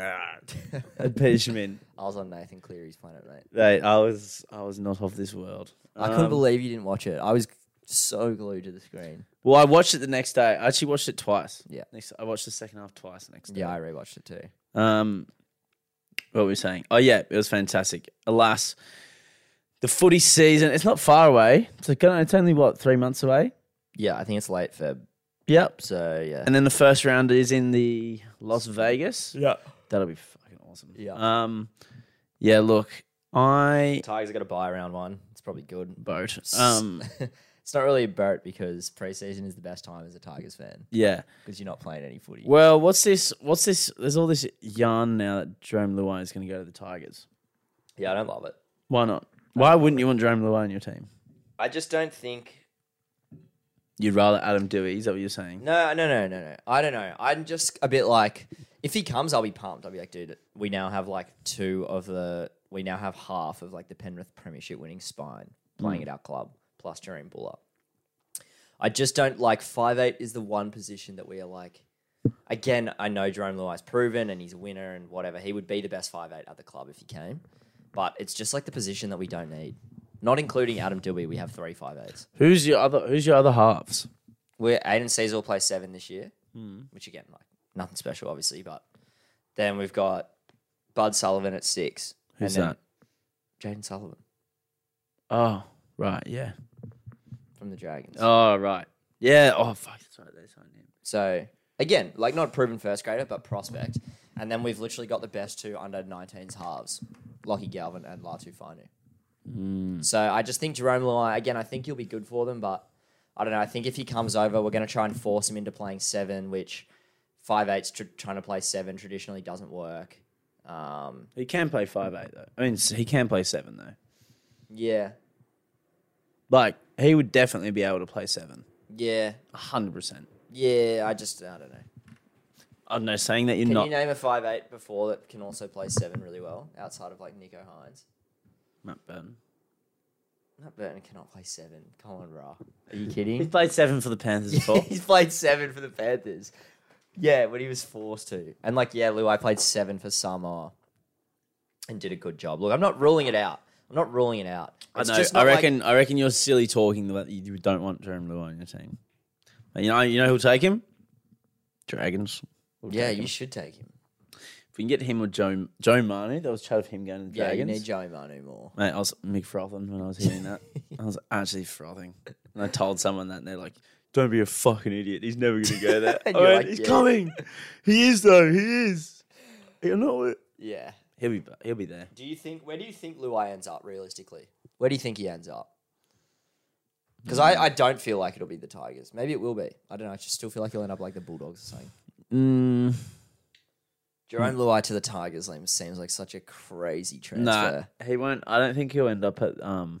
[SPEAKER 1] I was,
[SPEAKER 2] I'd pitch him in.
[SPEAKER 1] I was on Nathan Cleary's planet, mate.
[SPEAKER 2] Mate, I was. I was not of this world. Uh,
[SPEAKER 1] Um, I couldn't believe you didn't watch it. I was so glued to the screen.
[SPEAKER 2] Well, I watched it the next day. I actually watched it twice.
[SPEAKER 1] Yeah.
[SPEAKER 2] Next, I watched the second half twice the next day.
[SPEAKER 1] Yeah, I rewatched it too.
[SPEAKER 2] Um, what were we saying? Oh yeah, it was fantastic. Alas, the footy season it's not far away. It's, like, it's only what three months away.
[SPEAKER 1] Yeah, I think it's late Feb.
[SPEAKER 2] Yep.
[SPEAKER 1] So yeah,
[SPEAKER 2] And then the first round is in the Las Vegas.
[SPEAKER 1] yeah.
[SPEAKER 2] That'll be fucking awesome.
[SPEAKER 1] Yeah.
[SPEAKER 2] Um, yeah. Look, I
[SPEAKER 1] Tigers are gonna buy round one. It's probably good.
[SPEAKER 2] boat. Um,
[SPEAKER 1] it's not really a boat because preseason is the best time as a Tigers fan
[SPEAKER 2] yeah.
[SPEAKER 1] because you're not playing any footy.
[SPEAKER 2] Well, what's this? What's this? There's all this yarn now that Jerome Luai is going to go to the Tigers.
[SPEAKER 1] yeah, I don't love it.
[SPEAKER 2] Why not? Why wouldn't you want Jerome Luai on your team?
[SPEAKER 1] I just don't think.
[SPEAKER 2] You'd rather Adam Dewey. Is that what you're saying?
[SPEAKER 1] No, no, no, no, no. I don't know. I'm just a bit like, if he comes, I'll be pumped. I'll be like, dude, we now have like two of the, we now have half of like the Penrith Premiership winning spine playing at our club, plus Jerome Buller. I just don't like five eight is the one position that we are like. Again, I know Jerome Luai's proven and he's a winner and whatever. He would be the best five eight at the club if he came, but it's just like the position that we don't need. Not including Adam Dilby, we have three five eights.
[SPEAKER 2] Who's your other? Who's your other halves?
[SPEAKER 1] We're Aiden Caesar will play seven this year, which again, like nothing special, obviously. But then we've got Bud Sullivan at six.
[SPEAKER 2] Who's
[SPEAKER 1] and then Jaden Sullivan
[SPEAKER 2] Oh, right, yeah.
[SPEAKER 1] from the Dragons.
[SPEAKER 2] Oh, right, yeah. Oh, fuck, that's right. They signed him.
[SPEAKER 1] So again, like not proven first grader, but prospect. And then we've literally got the best two under 19s halves, Lockie Galvin and Latu Finu. So I just think Jerome Luai, again, I think he'll be good for them, but I don't know. I think if he comes over, we're going to try and force him into playing seven, which five eights tr- trying to play seven traditionally doesn't work. Um,
[SPEAKER 2] He can play five eight though. I mean, s- he can play seven though.
[SPEAKER 1] yeah,
[SPEAKER 2] Like he would definitely be able to play seven.
[SPEAKER 1] yeah,
[SPEAKER 2] hundred percent.
[SPEAKER 1] yeah. I just I don't know.
[SPEAKER 2] I don't know. Saying that you're
[SPEAKER 1] Can
[SPEAKER 2] not,
[SPEAKER 1] you name a five eight before that can also play seven really well outside of like Nico Hines?
[SPEAKER 2] Matt Burton.
[SPEAKER 1] Matt Burton cannot play seven. Come on, Ra. Are you
[SPEAKER 2] He's
[SPEAKER 1] kidding?
[SPEAKER 2] played seven for the Panthers before.
[SPEAKER 1] He's played seven for the Panthers. Yeah, when he was forced to. And like, yeah, Lou, I played seven for summer and did a good job. Look, I'm not ruling it out. I'm not ruling it out.
[SPEAKER 2] I
[SPEAKER 1] It's
[SPEAKER 2] know.
[SPEAKER 1] just
[SPEAKER 2] I
[SPEAKER 1] not like-
[SPEAKER 2] reckon. I reckon you're silly talking about you don't want Jerome Lua on your team. But you know. You know who'll take him? Dragons. We'll
[SPEAKER 1] yeah,
[SPEAKER 2] take him.
[SPEAKER 1] you should take him.
[SPEAKER 2] if we can get him or Joe Joe Manu, there was chat of him going to the
[SPEAKER 1] Yeah,
[SPEAKER 2] Dragons.
[SPEAKER 1] you need Joey Manu more.
[SPEAKER 2] Mate, I was Mick frothing when I was hearing that. I was actually frothing. And I told someone that, and they're like, don't be a fucking idiot. He's never going to go there.
[SPEAKER 1] And
[SPEAKER 2] I
[SPEAKER 1] you're
[SPEAKER 2] went,
[SPEAKER 1] like,
[SPEAKER 2] he's
[SPEAKER 1] "Yeah."
[SPEAKER 2] coming. He is, though. He is. You're not.
[SPEAKER 1] Yeah.
[SPEAKER 2] He'll be, he'll be there.
[SPEAKER 1] Do you think? Where do you think Luai ends up realistically? Hmm. Where do you think he ends up? Because I, I don't feel like it'll be the Tigers. Maybe it will be. I don't know. I just still feel like he'll end up like the Bulldogs or something.
[SPEAKER 2] Mm,
[SPEAKER 1] Jerome Luai to the Tigers like, seems like such a crazy transfer.
[SPEAKER 2] nah, he won't. I don't think he'll end up at. um.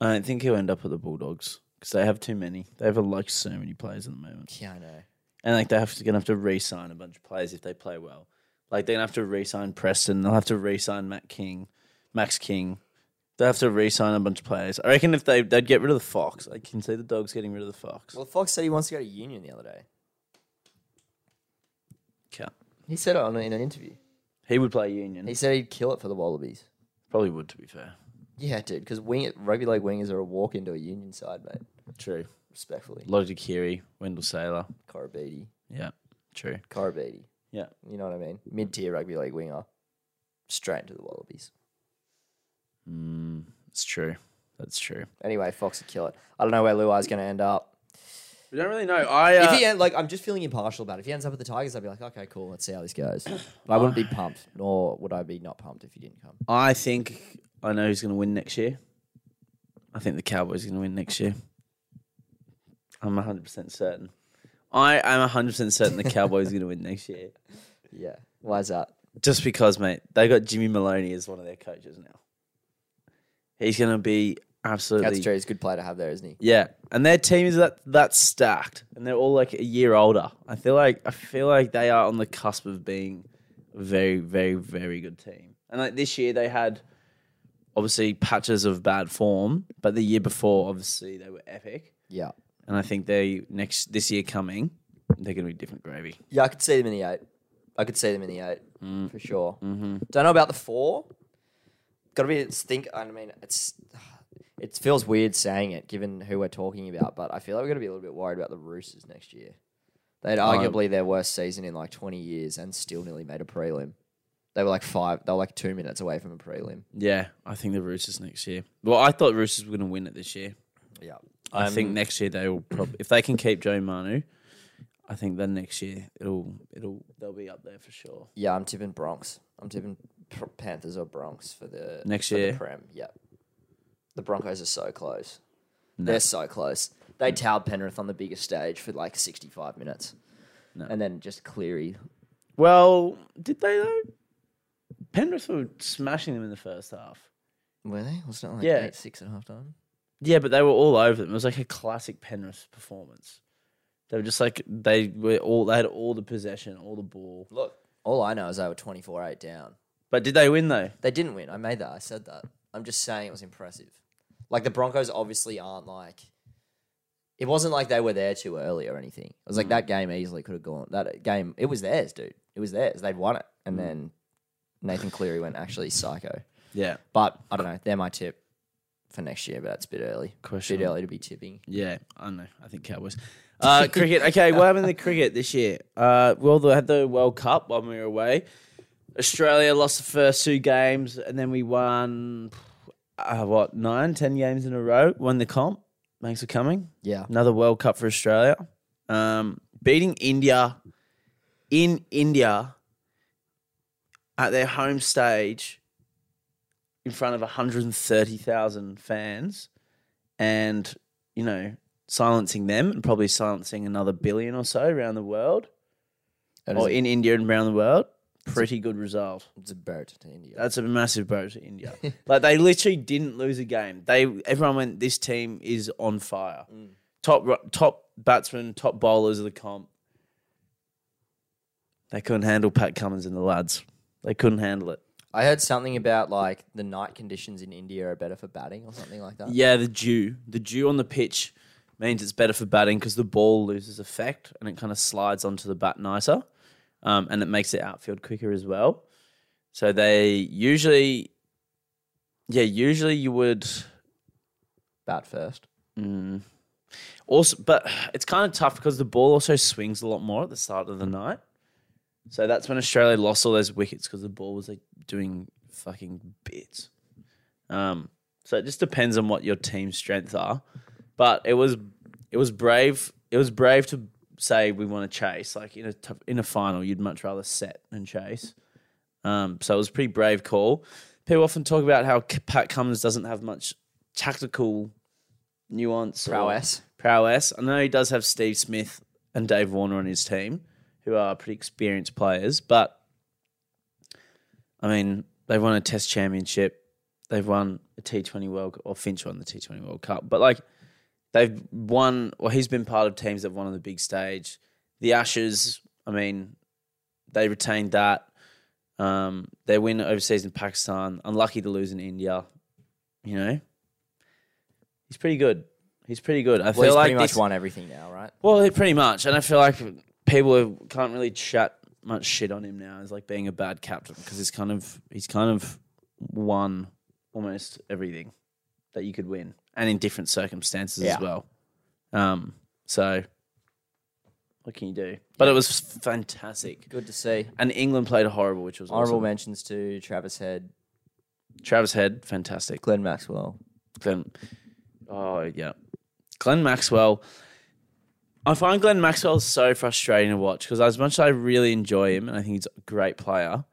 [SPEAKER 2] I don't think he'll end up at the Bulldogs because they have too many. They have like so many players at the moment,
[SPEAKER 1] Yeah, I know.
[SPEAKER 2] and like they have to, gonna have to re-sign a bunch of players if they play well. Like they're gonna have to re-sign Preston. They'll have to re-sign Matt King, Max King. They'll have to re-sign a bunch of players. I reckon if they they'd get rid of the Fox. I can see the dogs getting rid of the Fox.
[SPEAKER 1] Well, Fox said he wants to go to Union the other day.
[SPEAKER 2] Cut.
[SPEAKER 1] He said it on, in an interview.
[SPEAKER 2] He would play Union.
[SPEAKER 1] He
[SPEAKER 2] He
[SPEAKER 1] said he'd kill it for the Wallabies.
[SPEAKER 2] probably would, to be fair.
[SPEAKER 1] Yeah, dude, because wing, rugby league wingers are a walk into a Union side, mate.
[SPEAKER 2] True.
[SPEAKER 1] Respectfully.
[SPEAKER 2] Lottie Kiri, Wendell Sailor.
[SPEAKER 1] Corabidi.
[SPEAKER 2] Yeah. True.
[SPEAKER 1] Corabidi.
[SPEAKER 2] Yeah.
[SPEAKER 1] You know what I mean? Mid tier rugby league winger. Straight into the Wallabies.
[SPEAKER 2] Mm, it's true. That's true.
[SPEAKER 1] Anyway, Fox would kill it. I don't know where Luai's going to end up.
[SPEAKER 2] We don't really know. I uh,
[SPEAKER 1] if he end, like, I'm just feeling impartial about it. If he ends up at the Tigers, I'd be like, okay, cool, let's see how this goes. But I wouldn't be pumped, nor would I be not pumped if he didn't come.
[SPEAKER 2] I think I know who's going to win next year. I think the Cowboys are going to win next year. I'm 100% certain. I am 100% certain the Cowboys are going to win next year.
[SPEAKER 1] Yeah. Why is that?
[SPEAKER 2] Just because, mate, they got Jimmy Maloney as one of their coaches now. He's going to be absolutely.
[SPEAKER 1] That's true. He's a good player to have there, isn't he?
[SPEAKER 2] Yeah, and their team is that that stacked, and they're all like a year older. I feel like I feel like they are on the cusp of being a very, very, very good team. And like this year, they had obviously patches of bad form, but the year before, obviously, they were epic.
[SPEAKER 1] Yeah.
[SPEAKER 2] And I think they next this year coming, they're going to be different gravy.
[SPEAKER 1] Yeah, I could see them in the eight. I could see them in the eight for Mm-hmm. sure. Don't know about the four. Got to be think. I mean, it's It feels weird saying it given who we're talking about, but I feel like we're going to be a little bit worried about the Roosters next year. They had arguably their worst season in like 20 years and still nearly made a prelim. They were like five, they were like two minutes away from a prelim.
[SPEAKER 2] Yeah, I think the Roosters next year. Well, I thought Roosters were going to win it this year.
[SPEAKER 1] Yeah.
[SPEAKER 2] I think next year they will probably if they can keep Joe Manu, I think then next year it'll it'll they'll be up there for sure.
[SPEAKER 1] Yeah, I'm tipping Bronx. I'm tipping P- Panthers or Bronx for the
[SPEAKER 2] Next
[SPEAKER 1] for the
[SPEAKER 2] year.
[SPEAKER 1] Prem. Yeah, the Broncos are so close. They're so close. They towed Penrith on the biggest stage for like 65 minutes,
[SPEAKER 2] No.
[SPEAKER 1] and then just Cleary.
[SPEAKER 2] Well, did they though? Penrith were smashing them in the first half.
[SPEAKER 1] Were they? Wasn't it like
[SPEAKER 2] Yeah.
[SPEAKER 1] eight six at half time?
[SPEAKER 2] Yeah, but they were all over them. It was like a classic Penrith performance. They were just like they were all they had all the possession, all the ball.
[SPEAKER 1] Look, all I know is they were 24 eight down.
[SPEAKER 2] But did they win though?
[SPEAKER 1] They didn't win. I made that. I said that. I'm just saying it was impressive. Like the Broncos obviously aren't like. It wasn't like they were there too early or anything. It was like that game easily could have gone. That game, it was theirs, dude. It was theirs. They'd won it, and then Nathan Cleary went actually psycho.
[SPEAKER 2] Yeah.
[SPEAKER 1] But I don't know. They're my tip for next year, but that's a bit early.
[SPEAKER 2] Question.
[SPEAKER 1] Bit early to be tipping.
[SPEAKER 2] Yeah, I don't know. I think Cowboys. Uh, cricket. Okay, what happened to cricket this year? Uh, well, they had the World Cup when we were away. Australia lost the first two games, and then we won uh, what nine, ten games in a row. Won the comp. Thanks for coming.
[SPEAKER 1] Yeah.
[SPEAKER 2] Another World Cup for Australia. Um, beating India in India at their home stage in front of 130,000 fans and, you know, silencing them and probably silencing another billion or so around the world
[SPEAKER 1] That is
[SPEAKER 2] or
[SPEAKER 1] a-
[SPEAKER 2] in India and around the world. Pretty good result.
[SPEAKER 1] it's a boat to India.
[SPEAKER 2] That's a massive blow to India. like they literally didn't lose a game. They everyone went. This team is on fire. Top ru- top batsmen, top bowlers of the comp. They couldn't handle Pat Cummins and the lads. They couldn't handle it.
[SPEAKER 1] I heard something about like the night conditions in India are better for batting or something like that.
[SPEAKER 2] Yeah, the dew, the dew on the pitch means it's better for batting because the ball loses effect and it kind of slides onto the bat nicer, um, and it makes it outfield quicker as well. So they usually, yeah, usually you would.
[SPEAKER 1] Bat first.
[SPEAKER 2] Also, but it's kind of tough because the ball also swings a lot more at the start of the night. So that's when Australia lost all those wickets because the ball was like doing fucking bits. Um, so it just depends on what your team's strengths are. But it was it was brave. It was brave to say we want to chase. Like in a t- in a final, you'd much rather set than chase. Um, so it was a pretty brave call. People often talk about how K- Pat Cummins doesn't have much tactical nuance or-
[SPEAKER 1] Prowess.
[SPEAKER 2] prowess. I know he does have Steve Smith and Dave Warner on his team, who are pretty experienced players, but I mean, they've won a test championship. They've won a T twenty World Cup or Finch won the T twenty World Cup. But like they've won or he's been part of teams that won on the big stage. The Ashes, I mean, they retained that. Um, they win overseas in Pakistan, unlucky to lose in India, you know. He's pretty good. He's pretty good. I feel
[SPEAKER 1] Well, he's
[SPEAKER 2] like
[SPEAKER 1] pretty much
[SPEAKER 2] this-
[SPEAKER 1] won everything now, right?
[SPEAKER 2] well, it- pretty much. And I feel like people can't really chat much shit on him now as like being a bad captain because he's kind of he's kind of won almost everything that you could win and in different circumstances as
[SPEAKER 1] Yeah.
[SPEAKER 2] well. Um, so what can you do? But it was fantastic.
[SPEAKER 1] Good to see.
[SPEAKER 2] And England played horrible, which was
[SPEAKER 1] Honorable
[SPEAKER 2] awesome.
[SPEAKER 1] mentions to Travis Head,
[SPEAKER 2] Travis Head, fantastic.
[SPEAKER 1] Glenn Maxwell.
[SPEAKER 2] Glenn. Oh yeah, Glenn Maxwell. I find Glenn Maxwell so frustrating to watch because as much as I really enjoy him and I think he's a great player,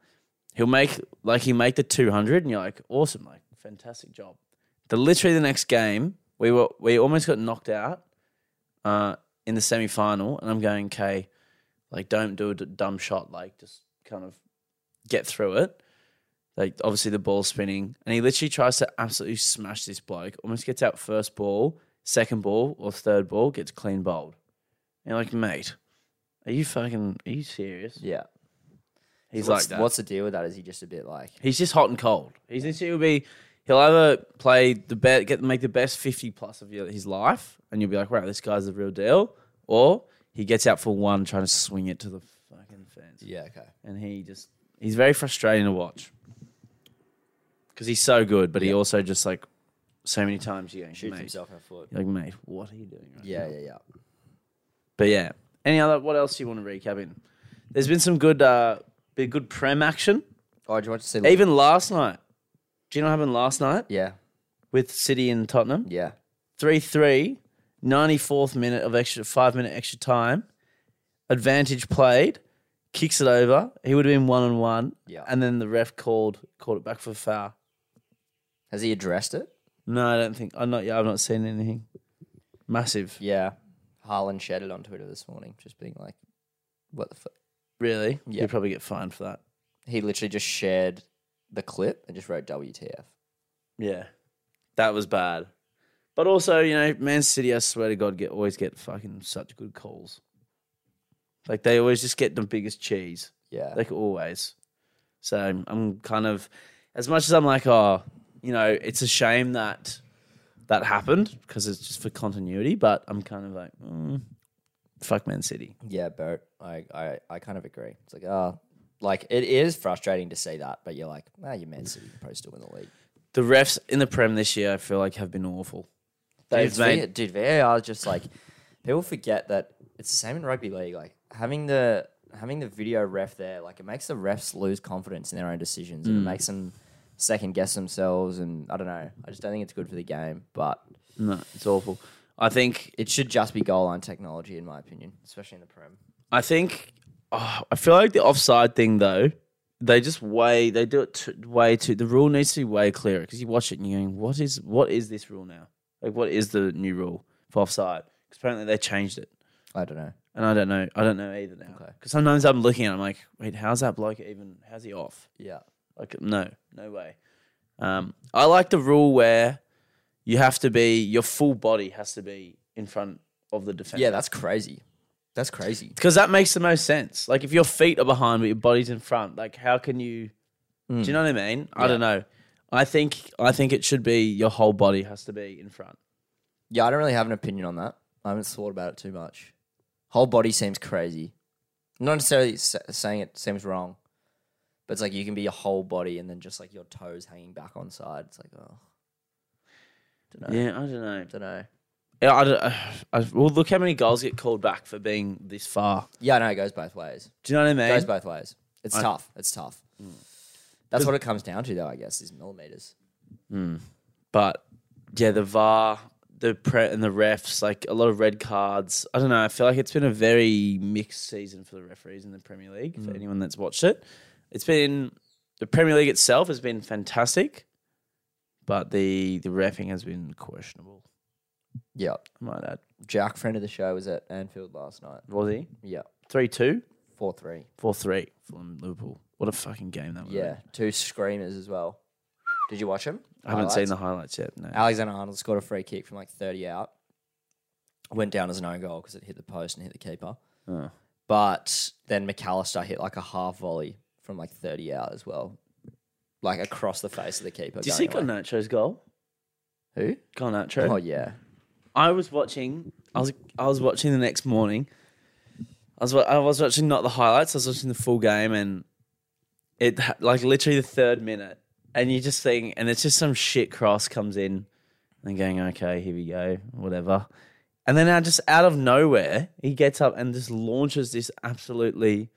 [SPEAKER 2] he'll make like he make the two hundred and you're like awesome, like fantastic job. The literally the next game we were we almost got knocked out uh, in the semi final and I'm going okay, like don't do a d- dumb shot, like just kind of get through it like obviously the ball's spinning, and he literally tries to absolutely smash this bloke. Almost gets out first ball, second ball, or third ball, gets clean bowled. And you're like, mate, are you fucking are you serious?
[SPEAKER 1] Yeah.
[SPEAKER 2] He's
[SPEAKER 1] what's,
[SPEAKER 2] like that.
[SPEAKER 1] What's the deal with that? Is he just a bit like
[SPEAKER 2] He's just hot and cold. He's literally will be he'll either play the bet get make the best fifty plus of your, his life, and you'll be like, wow, this guy's the real deal, or he gets out for one trying to swing it to the fucking fence.
[SPEAKER 1] Yeah, okay.
[SPEAKER 2] and he just he's very frustrating to watch because he's so good, but he also just like so many times you're going,
[SPEAKER 1] Shoots
[SPEAKER 2] mate.
[SPEAKER 1] himself in the foot.
[SPEAKER 2] You're like, mate, what are you doing right
[SPEAKER 1] Yeah, yeah, yeah.
[SPEAKER 2] But yeah. Any other what else do you want to recap in? There's been some good uh been good prem action.
[SPEAKER 1] Oh, do you want to see?
[SPEAKER 2] Even last night. Do you know what happened last night
[SPEAKER 1] yeah,
[SPEAKER 2] with City and Tottenham?
[SPEAKER 1] yeah.
[SPEAKER 2] 3 3, 94th minute of extra five minute extra time. Advantage played, kicks it over. He would have been one on one.
[SPEAKER 1] Yeah.
[SPEAKER 2] And then the ref called called it back for foul.
[SPEAKER 1] Has he addressed it?
[SPEAKER 2] No, I don't think I'm not yeah, I've not seen anything. Massive.
[SPEAKER 1] Yeah. Harlan shared it on Twitter this morning, just being like, "What the fuck."
[SPEAKER 2] Really?
[SPEAKER 1] Yeah.
[SPEAKER 2] You'd probably get fined for that.
[SPEAKER 1] He literally just shared the clip and just wrote WTF.
[SPEAKER 2] Yeah, that was bad. But also, you know, Man City, I swear to God, get always get fucking such good calls. Like they always just get the biggest cheese,
[SPEAKER 1] Yeah.
[SPEAKER 2] like always. So I'm kind of, as much as I'm like, oh, you know, it's a shame that that happened because it's just for continuity. But I'm kind of like, mm, fuck Man City.
[SPEAKER 1] yeah, Bert. I, I, I kind of agree. It's like, ah, like it is frustrating to see that, but you're like, ah, you're Man City, you're probably still in the league.
[SPEAKER 2] The refs in the Prem this year, I feel like, have been awful. They've
[SPEAKER 1] dude,
[SPEAKER 2] made
[SPEAKER 1] dude, VAR is just like people forget that it's the same in rugby league. Like having the having the video ref there, like it makes the refs lose confidence in their own decisions and it makes them second guess themselves. And I don't know, I just don't think it's good for the game. But
[SPEAKER 2] no, it's awful. I think
[SPEAKER 1] it should just be goal line technology, in my opinion, especially in the prem.
[SPEAKER 2] I think oh, I feel like the offside thing though. They just way they do it t- way too. The rule needs to be way clearer because you watch it and you're going, "What is what is this rule now? Like, what is the new rule for offside?" Because apparently they changed it,
[SPEAKER 1] I don't know.
[SPEAKER 2] and I don't know. I don't know either now.
[SPEAKER 1] Okay.
[SPEAKER 2] Because sometimes I'm looking and I'm like, "Wait, how's that bloke even? How's he off?"
[SPEAKER 1] Yeah,
[SPEAKER 2] Like, no, no way. Um, I like the rule where you have to be your full body has to be in front of the defender.
[SPEAKER 1] yeah, that's crazy. That's crazy.
[SPEAKER 2] Because that makes the most sense. Like if your feet are behind but your body's in front, like how can you? Do you know what I mean? I don't know. I think I think it should be your whole body has to be in front.
[SPEAKER 1] Yeah, I don't really have an opinion on that. I haven't thought about it too much. Whole body seems crazy. Not necessarily s- saying it seems wrong, but it's like you can be your whole body and then just like your toes hanging back on side. It's like, oh,
[SPEAKER 2] Yeah, I don't know.
[SPEAKER 1] don't know.
[SPEAKER 2] Yeah, I don't, I, well, look how many goals get called back for being this far.
[SPEAKER 1] Yeah, I know it goes both ways.
[SPEAKER 2] Do you know what I
[SPEAKER 1] It goes
[SPEAKER 2] mean?
[SPEAKER 1] both ways. It's tough. It's tough.
[SPEAKER 2] Mm.
[SPEAKER 1] That's what it comes down to, though. I guess is millimeters.
[SPEAKER 2] But yeah, the VAR, the pre and the refs, like a lot of red cards. I don't know. I feel like it's been a very mixed season for the referees in the Premier League. For anyone that's watched it, it's been the Premier League itself has been fantastic, but the the refing has been questionable.
[SPEAKER 1] Yeah,
[SPEAKER 2] I might add.
[SPEAKER 1] Jack, friend of the show, was at Anfield last night.
[SPEAKER 2] Was he
[SPEAKER 1] Yeah,
[SPEAKER 2] three two
[SPEAKER 1] four three.
[SPEAKER 2] four three Fulham Liverpool? What a fucking game that was!
[SPEAKER 1] Yeah, two screamers as well. Did you watch him?
[SPEAKER 2] I haven't seen the highlights yet. No,
[SPEAKER 1] Alexander Arnold scored a free kick from like 30 out. Went down as an own goal because it hit the post and hit the keeper.
[SPEAKER 2] Oh.
[SPEAKER 1] But then McAllister hit like a half volley from like 30 out as well, like across the face of the keeper.
[SPEAKER 2] did you
[SPEAKER 1] going
[SPEAKER 2] see
[SPEAKER 1] away.
[SPEAKER 2] Garnacho's goal?
[SPEAKER 1] Who?
[SPEAKER 2] Garnacho.
[SPEAKER 1] Oh, yeah.
[SPEAKER 2] I was watching. I was I was watching the next morning. I was wa- I was watching not the highlights. I was watching the full game, and it ha- like literally the third minute, and you just think, and it's just some shit cross comes in, and going, okay, here we go, whatever. And then out just out of nowhere, he gets up and just launches this absolutely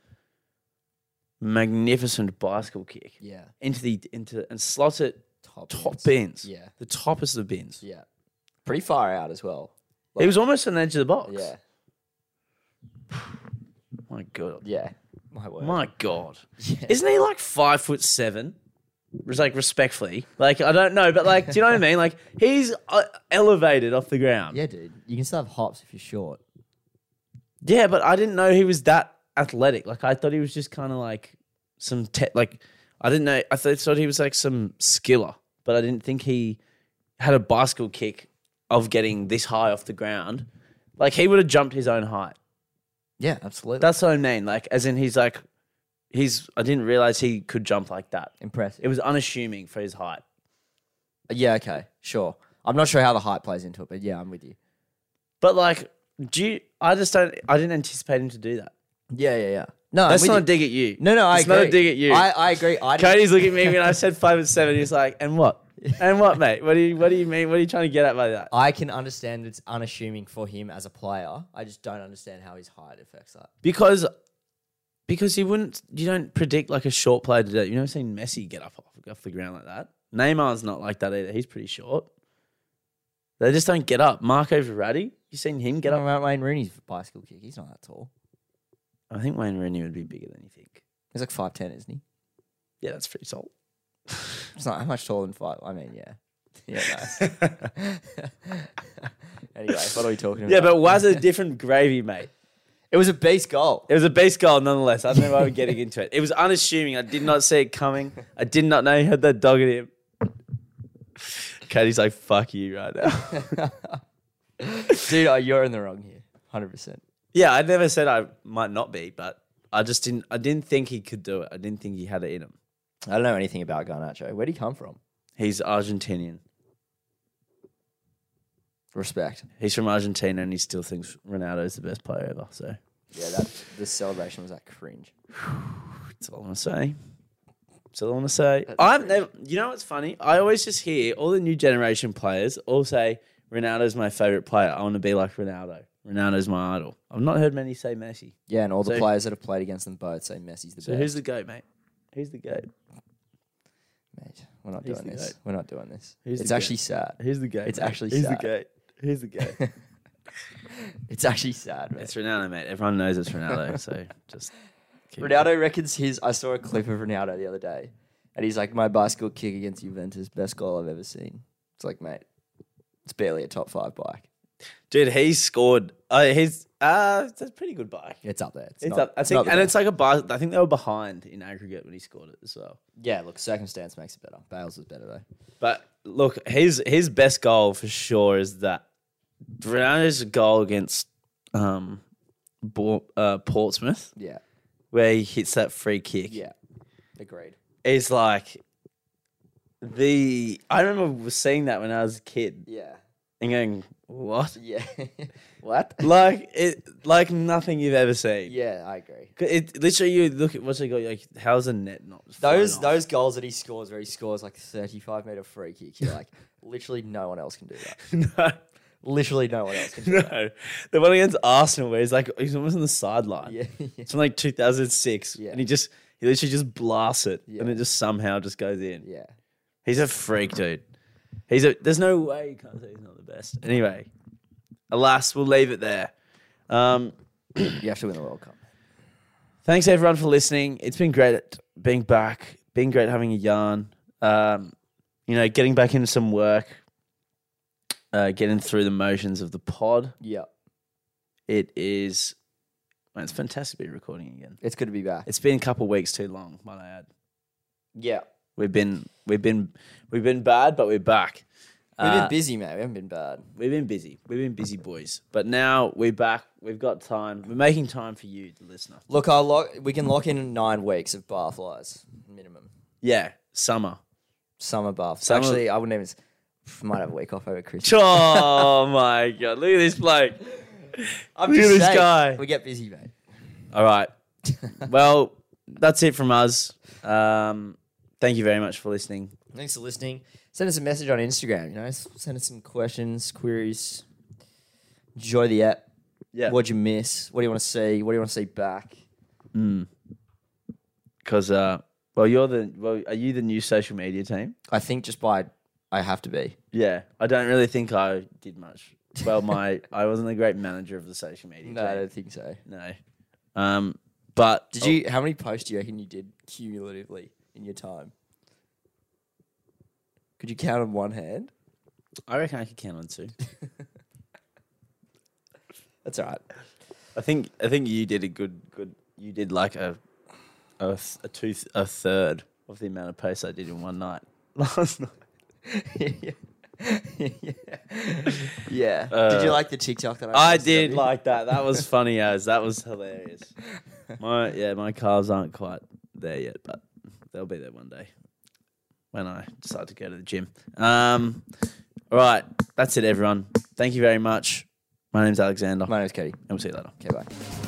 [SPEAKER 2] magnificent bicycle kick
[SPEAKER 1] Yeah.
[SPEAKER 2] into the into and slots it
[SPEAKER 1] Top.
[SPEAKER 2] top
[SPEAKER 1] ends.
[SPEAKER 2] bins,
[SPEAKER 1] Yeah.
[SPEAKER 2] the toppest of the bins.
[SPEAKER 1] Yeah. Pretty far out as well.
[SPEAKER 2] He was almost on the edge of the box.
[SPEAKER 1] Yeah.
[SPEAKER 2] My God.
[SPEAKER 1] Yeah. My word.
[SPEAKER 2] My God.
[SPEAKER 1] Yeah.
[SPEAKER 2] Isn't he like five foot seven? Res- Like respectfully, like I don't know, but like, do you know what I mean? Like he's uh, elevated off the ground.
[SPEAKER 1] yeah, dude. You can still have hops if you're short.
[SPEAKER 2] Yeah, but I didn't know he was that athletic. Like I thought he was just kind of like some te- like I didn't know. I th- thought he was like some skiller, but I didn't think he had a bicycle kick of getting this high off the ground. Like he would have jumped his own height.
[SPEAKER 1] Yeah, absolutely.
[SPEAKER 2] That's what I mean. Like as in he's like he's. I didn't realize he could jump like that.
[SPEAKER 1] impressive.
[SPEAKER 2] It was unassuming for his height.
[SPEAKER 1] yeah, okay. Sure. I'm not sure how the height plays into it, but yeah, I'm with you.
[SPEAKER 2] But like, do you? I just don't. I didn't anticipate him to do that.
[SPEAKER 1] Yeah, yeah, yeah. No, I'm
[SPEAKER 2] That's
[SPEAKER 1] with
[SPEAKER 2] not
[SPEAKER 1] you.
[SPEAKER 2] a dig at you.
[SPEAKER 1] No, no, I
[SPEAKER 2] It's
[SPEAKER 1] agree.
[SPEAKER 2] not a dig at you.
[SPEAKER 1] I, I agree. I didn't-
[SPEAKER 2] Cody's looking at me when I said five and seven. He's like, and what? And what, mate? What do you What do you mean? What are you trying to get at by that?
[SPEAKER 1] I can understand it's unassuming for him as a player. I just don't understand how his height affects that.
[SPEAKER 2] Because, because he wouldn't. You don't predict like a short player to do that. You've never seen Messi get up off, off the ground like that. Neymar's not like that either. He's pretty short. They just don't get up. Marco Verratti, you seen him get
[SPEAKER 1] Get on
[SPEAKER 2] up?
[SPEAKER 1] about Wayne Rooney's bicycle kick. He's not that tall.
[SPEAKER 2] I think Wayne Rooney would be bigger than you think.
[SPEAKER 1] He's like five ten, isn't he?
[SPEAKER 2] Yeah, that's pretty tall.
[SPEAKER 1] It's not much taller than five. I mean, yeah, yeah. Nice. anyway, what are we talking about?
[SPEAKER 2] Yeah, but was a different gravy, mate.
[SPEAKER 1] it was a beast goal.
[SPEAKER 2] It was a base goal nonetheless. I don't know why we're getting into it. It was unassuming. I did not see it coming. I did not know he had that dog in him. Katie's like, fuck you right now.
[SPEAKER 1] Dude, oh, you're in the wrong here. Hundred percent.
[SPEAKER 2] yeah, I never said I might not be, but I just didn't I didn't think he could do it. I didn't think he had it in him.
[SPEAKER 1] I don't know anything about Garnacho. Where'd he come from?
[SPEAKER 2] He's Argentinian.
[SPEAKER 1] Respect.
[SPEAKER 2] He's from Argentina and he still thinks Ronaldo's the best player ever. So
[SPEAKER 1] Yeah, that the celebration was that cringe.
[SPEAKER 2] That's all I'm gonna say. That's all I'm gonna say. I'm never. You know what's funny? I always just hear all the new generation players all say Ronaldo's my favorite player. I want to be like Ronaldo. Ronaldo's my idol. I've not heard many say Messi.
[SPEAKER 1] Yeah, and all the
[SPEAKER 2] So-
[SPEAKER 1] players that have played against them both say Messi's the
[SPEAKER 2] So
[SPEAKER 1] best.
[SPEAKER 2] who's the goat, mate? Who's the goat?
[SPEAKER 1] Mate, we're not
[SPEAKER 2] who's
[SPEAKER 1] doing
[SPEAKER 2] the
[SPEAKER 1] this.
[SPEAKER 2] goat?
[SPEAKER 1] We're not doing this.
[SPEAKER 2] Who's the
[SPEAKER 1] it's
[SPEAKER 2] goat?
[SPEAKER 1] actually sad.
[SPEAKER 2] Who's the goat?
[SPEAKER 1] It's
[SPEAKER 2] mate?
[SPEAKER 1] actually
[SPEAKER 2] who's
[SPEAKER 1] sad.
[SPEAKER 2] the goat? Who's the goat?
[SPEAKER 1] It's actually sad, mate.
[SPEAKER 2] it's Ronaldo, mate. Everyone knows it's Ronaldo. So just keep it.
[SPEAKER 1] Ronaldo reckons his. I saw a clip of Ronaldo the other day, and he's like, "My bicycle kick against Juventus, best goal I've ever seen." It's like, mate, it's barely a top five bike.
[SPEAKER 2] Dude, he's scored. Uh, he's uh, it's a pretty good bike.
[SPEAKER 1] It's up there. It's,
[SPEAKER 2] It's,
[SPEAKER 1] not,
[SPEAKER 2] up. I
[SPEAKER 1] not
[SPEAKER 2] think,
[SPEAKER 1] the
[SPEAKER 2] and it's
[SPEAKER 1] best.
[SPEAKER 2] like a bar. I think they were behind in aggregate when he scored it as well.
[SPEAKER 1] yeah. Look, circumstance makes it better. Bales was better though.
[SPEAKER 2] But look, his his best goal for sure is that Ronaldo's goal against um, Bo- uh, Portsmouth,
[SPEAKER 1] Yeah,
[SPEAKER 2] where he hits that free kick.
[SPEAKER 1] yeah, agreed.
[SPEAKER 2] is like the. I remember seeing that when I was a kid
[SPEAKER 1] Yeah,
[SPEAKER 2] and going, "What?
[SPEAKER 1] yeah. what?
[SPEAKER 2] like it? Like nothing you've ever seen."
[SPEAKER 1] Yeah, I agree.
[SPEAKER 2] 'Cause It literally you look at what's it got like how's the net not flying
[SPEAKER 1] Those
[SPEAKER 2] off?
[SPEAKER 1] those goals that he scores, where he scores like thirty-five meter free kick, you're like, literally no one else can do that.
[SPEAKER 2] no
[SPEAKER 1] Literally no one else can. do
[SPEAKER 2] no the one against Arsenal where he's like he's almost on the
[SPEAKER 1] that.
[SPEAKER 2] sideline
[SPEAKER 1] Yeah, yeah,
[SPEAKER 2] It's from like 2006,
[SPEAKER 1] Yeah.
[SPEAKER 2] and he just he literally just blasts it, and
[SPEAKER 1] Yeah.
[SPEAKER 2] it just somehow just goes in.
[SPEAKER 1] yeah.
[SPEAKER 2] He's a freak, dude. He's a. There's no way you can't say he's not the best. Anyway, alas, we'll leave it there. Um,
[SPEAKER 1] You have to win the World Cup.
[SPEAKER 2] thanks everyone for listening. It's been great being back. Been great having a yarn. Um, you know, getting back into some work, uh, getting through the motions of the pod.
[SPEAKER 1] Yeah,
[SPEAKER 2] It is. Man, it's fantastic to be recording again.
[SPEAKER 1] it's good to be back.
[SPEAKER 2] It's been a couple weeks too long, might I add.
[SPEAKER 1] Yeah.
[SPEAKER 2] We've been we've been we've been bad, but we're back.
[SPEAKER 1] We've
[SPEAKER 2] Uh,
[SPEAKER 1] been busy, mate. We haven't been bad.
[SPEAKER 2] we've been busy. We've been busy, boys. But now we're back. We've got time. We're making time for you, the listener.
[SPEAKER 1] Look, I'll lock, we can lock in nine weeks of bar flies minimum.
[SPEAKER 2] Yeah, summer.
[SPEAKER 1] Summer bar. flies.
[SPEAKER 2] Summer-
[SPEAKER 1] Actually, I wouldn't even. s- Might have a week off over Christmas.
[SPEAKER 2] Oh my god! Look at this bloke.
[SPEAKER 1] I'm
[SPEAKER 2] Look at
[SPEAKER 1] just
[SPEAKER 2] this
[SPEAKER 1] saying,
[SPEAKER 2] guy.
[SPEAKER 1] We get busy, mate.
[SPEAKER 2] All right. Well, that's it from us. Um, thank you very much for listening.
[SPEAKER 1] Thanks for listening. Send us a message on Instagram. You know, S- send us some questions, queries. Enjoy the app.
[SPEAKER 2] Yeah.
[SPEAKER 1] What'd you miss? What do you want to see? What do you want to see back?
[SPEAKER 2] Because uh, well, you're the well. Are you the new social media team?
[SPEAKER 1] I think just by I have to be.
[SPEAKER 2] Yeah, I don't really think I did much. Well, my I wasn't a great manager of the social media.
[SPEAKER 1] No, I
[SPEAKER 2] team.
[SPEAKER 1] don't think so.
[SPEAKER 2] No. Um, but
[SPEAKER 1] Did you? How many posts do you reckon you did cumulatively in your time? Could you count on one hand?
[SPEAKER 2] I reckon I could count on two.
[SPEAKER 1] That's all right.
[SPEAKER 2] I think I think you did a good good. You did like a a, th- a two th- a third of the amount of posts I did in one night last night.
[SPEAKER 1] yeah. did you
[SPEAKER 2] Uh,
[SPEAKER 1] like the TikTok that I?
[SPEAKER 2] I
[SPEAKER 1] posted of
[SPEAKER 2] did
[SPEAKER 1] you?
[SPEAKER 2] like that. That was funny as that was hilarious. My yeah, my calves aren't quite there yet, but they'll be there one day when I decide to go to the gym. Um, all right, that's it, everyone. Thank you very much. My name's Alexander,
[SPEAKER 1] My name's Katie.
[SPEAKER 2] and we'll see you later.
[SPEAKER 1] Okay, bye.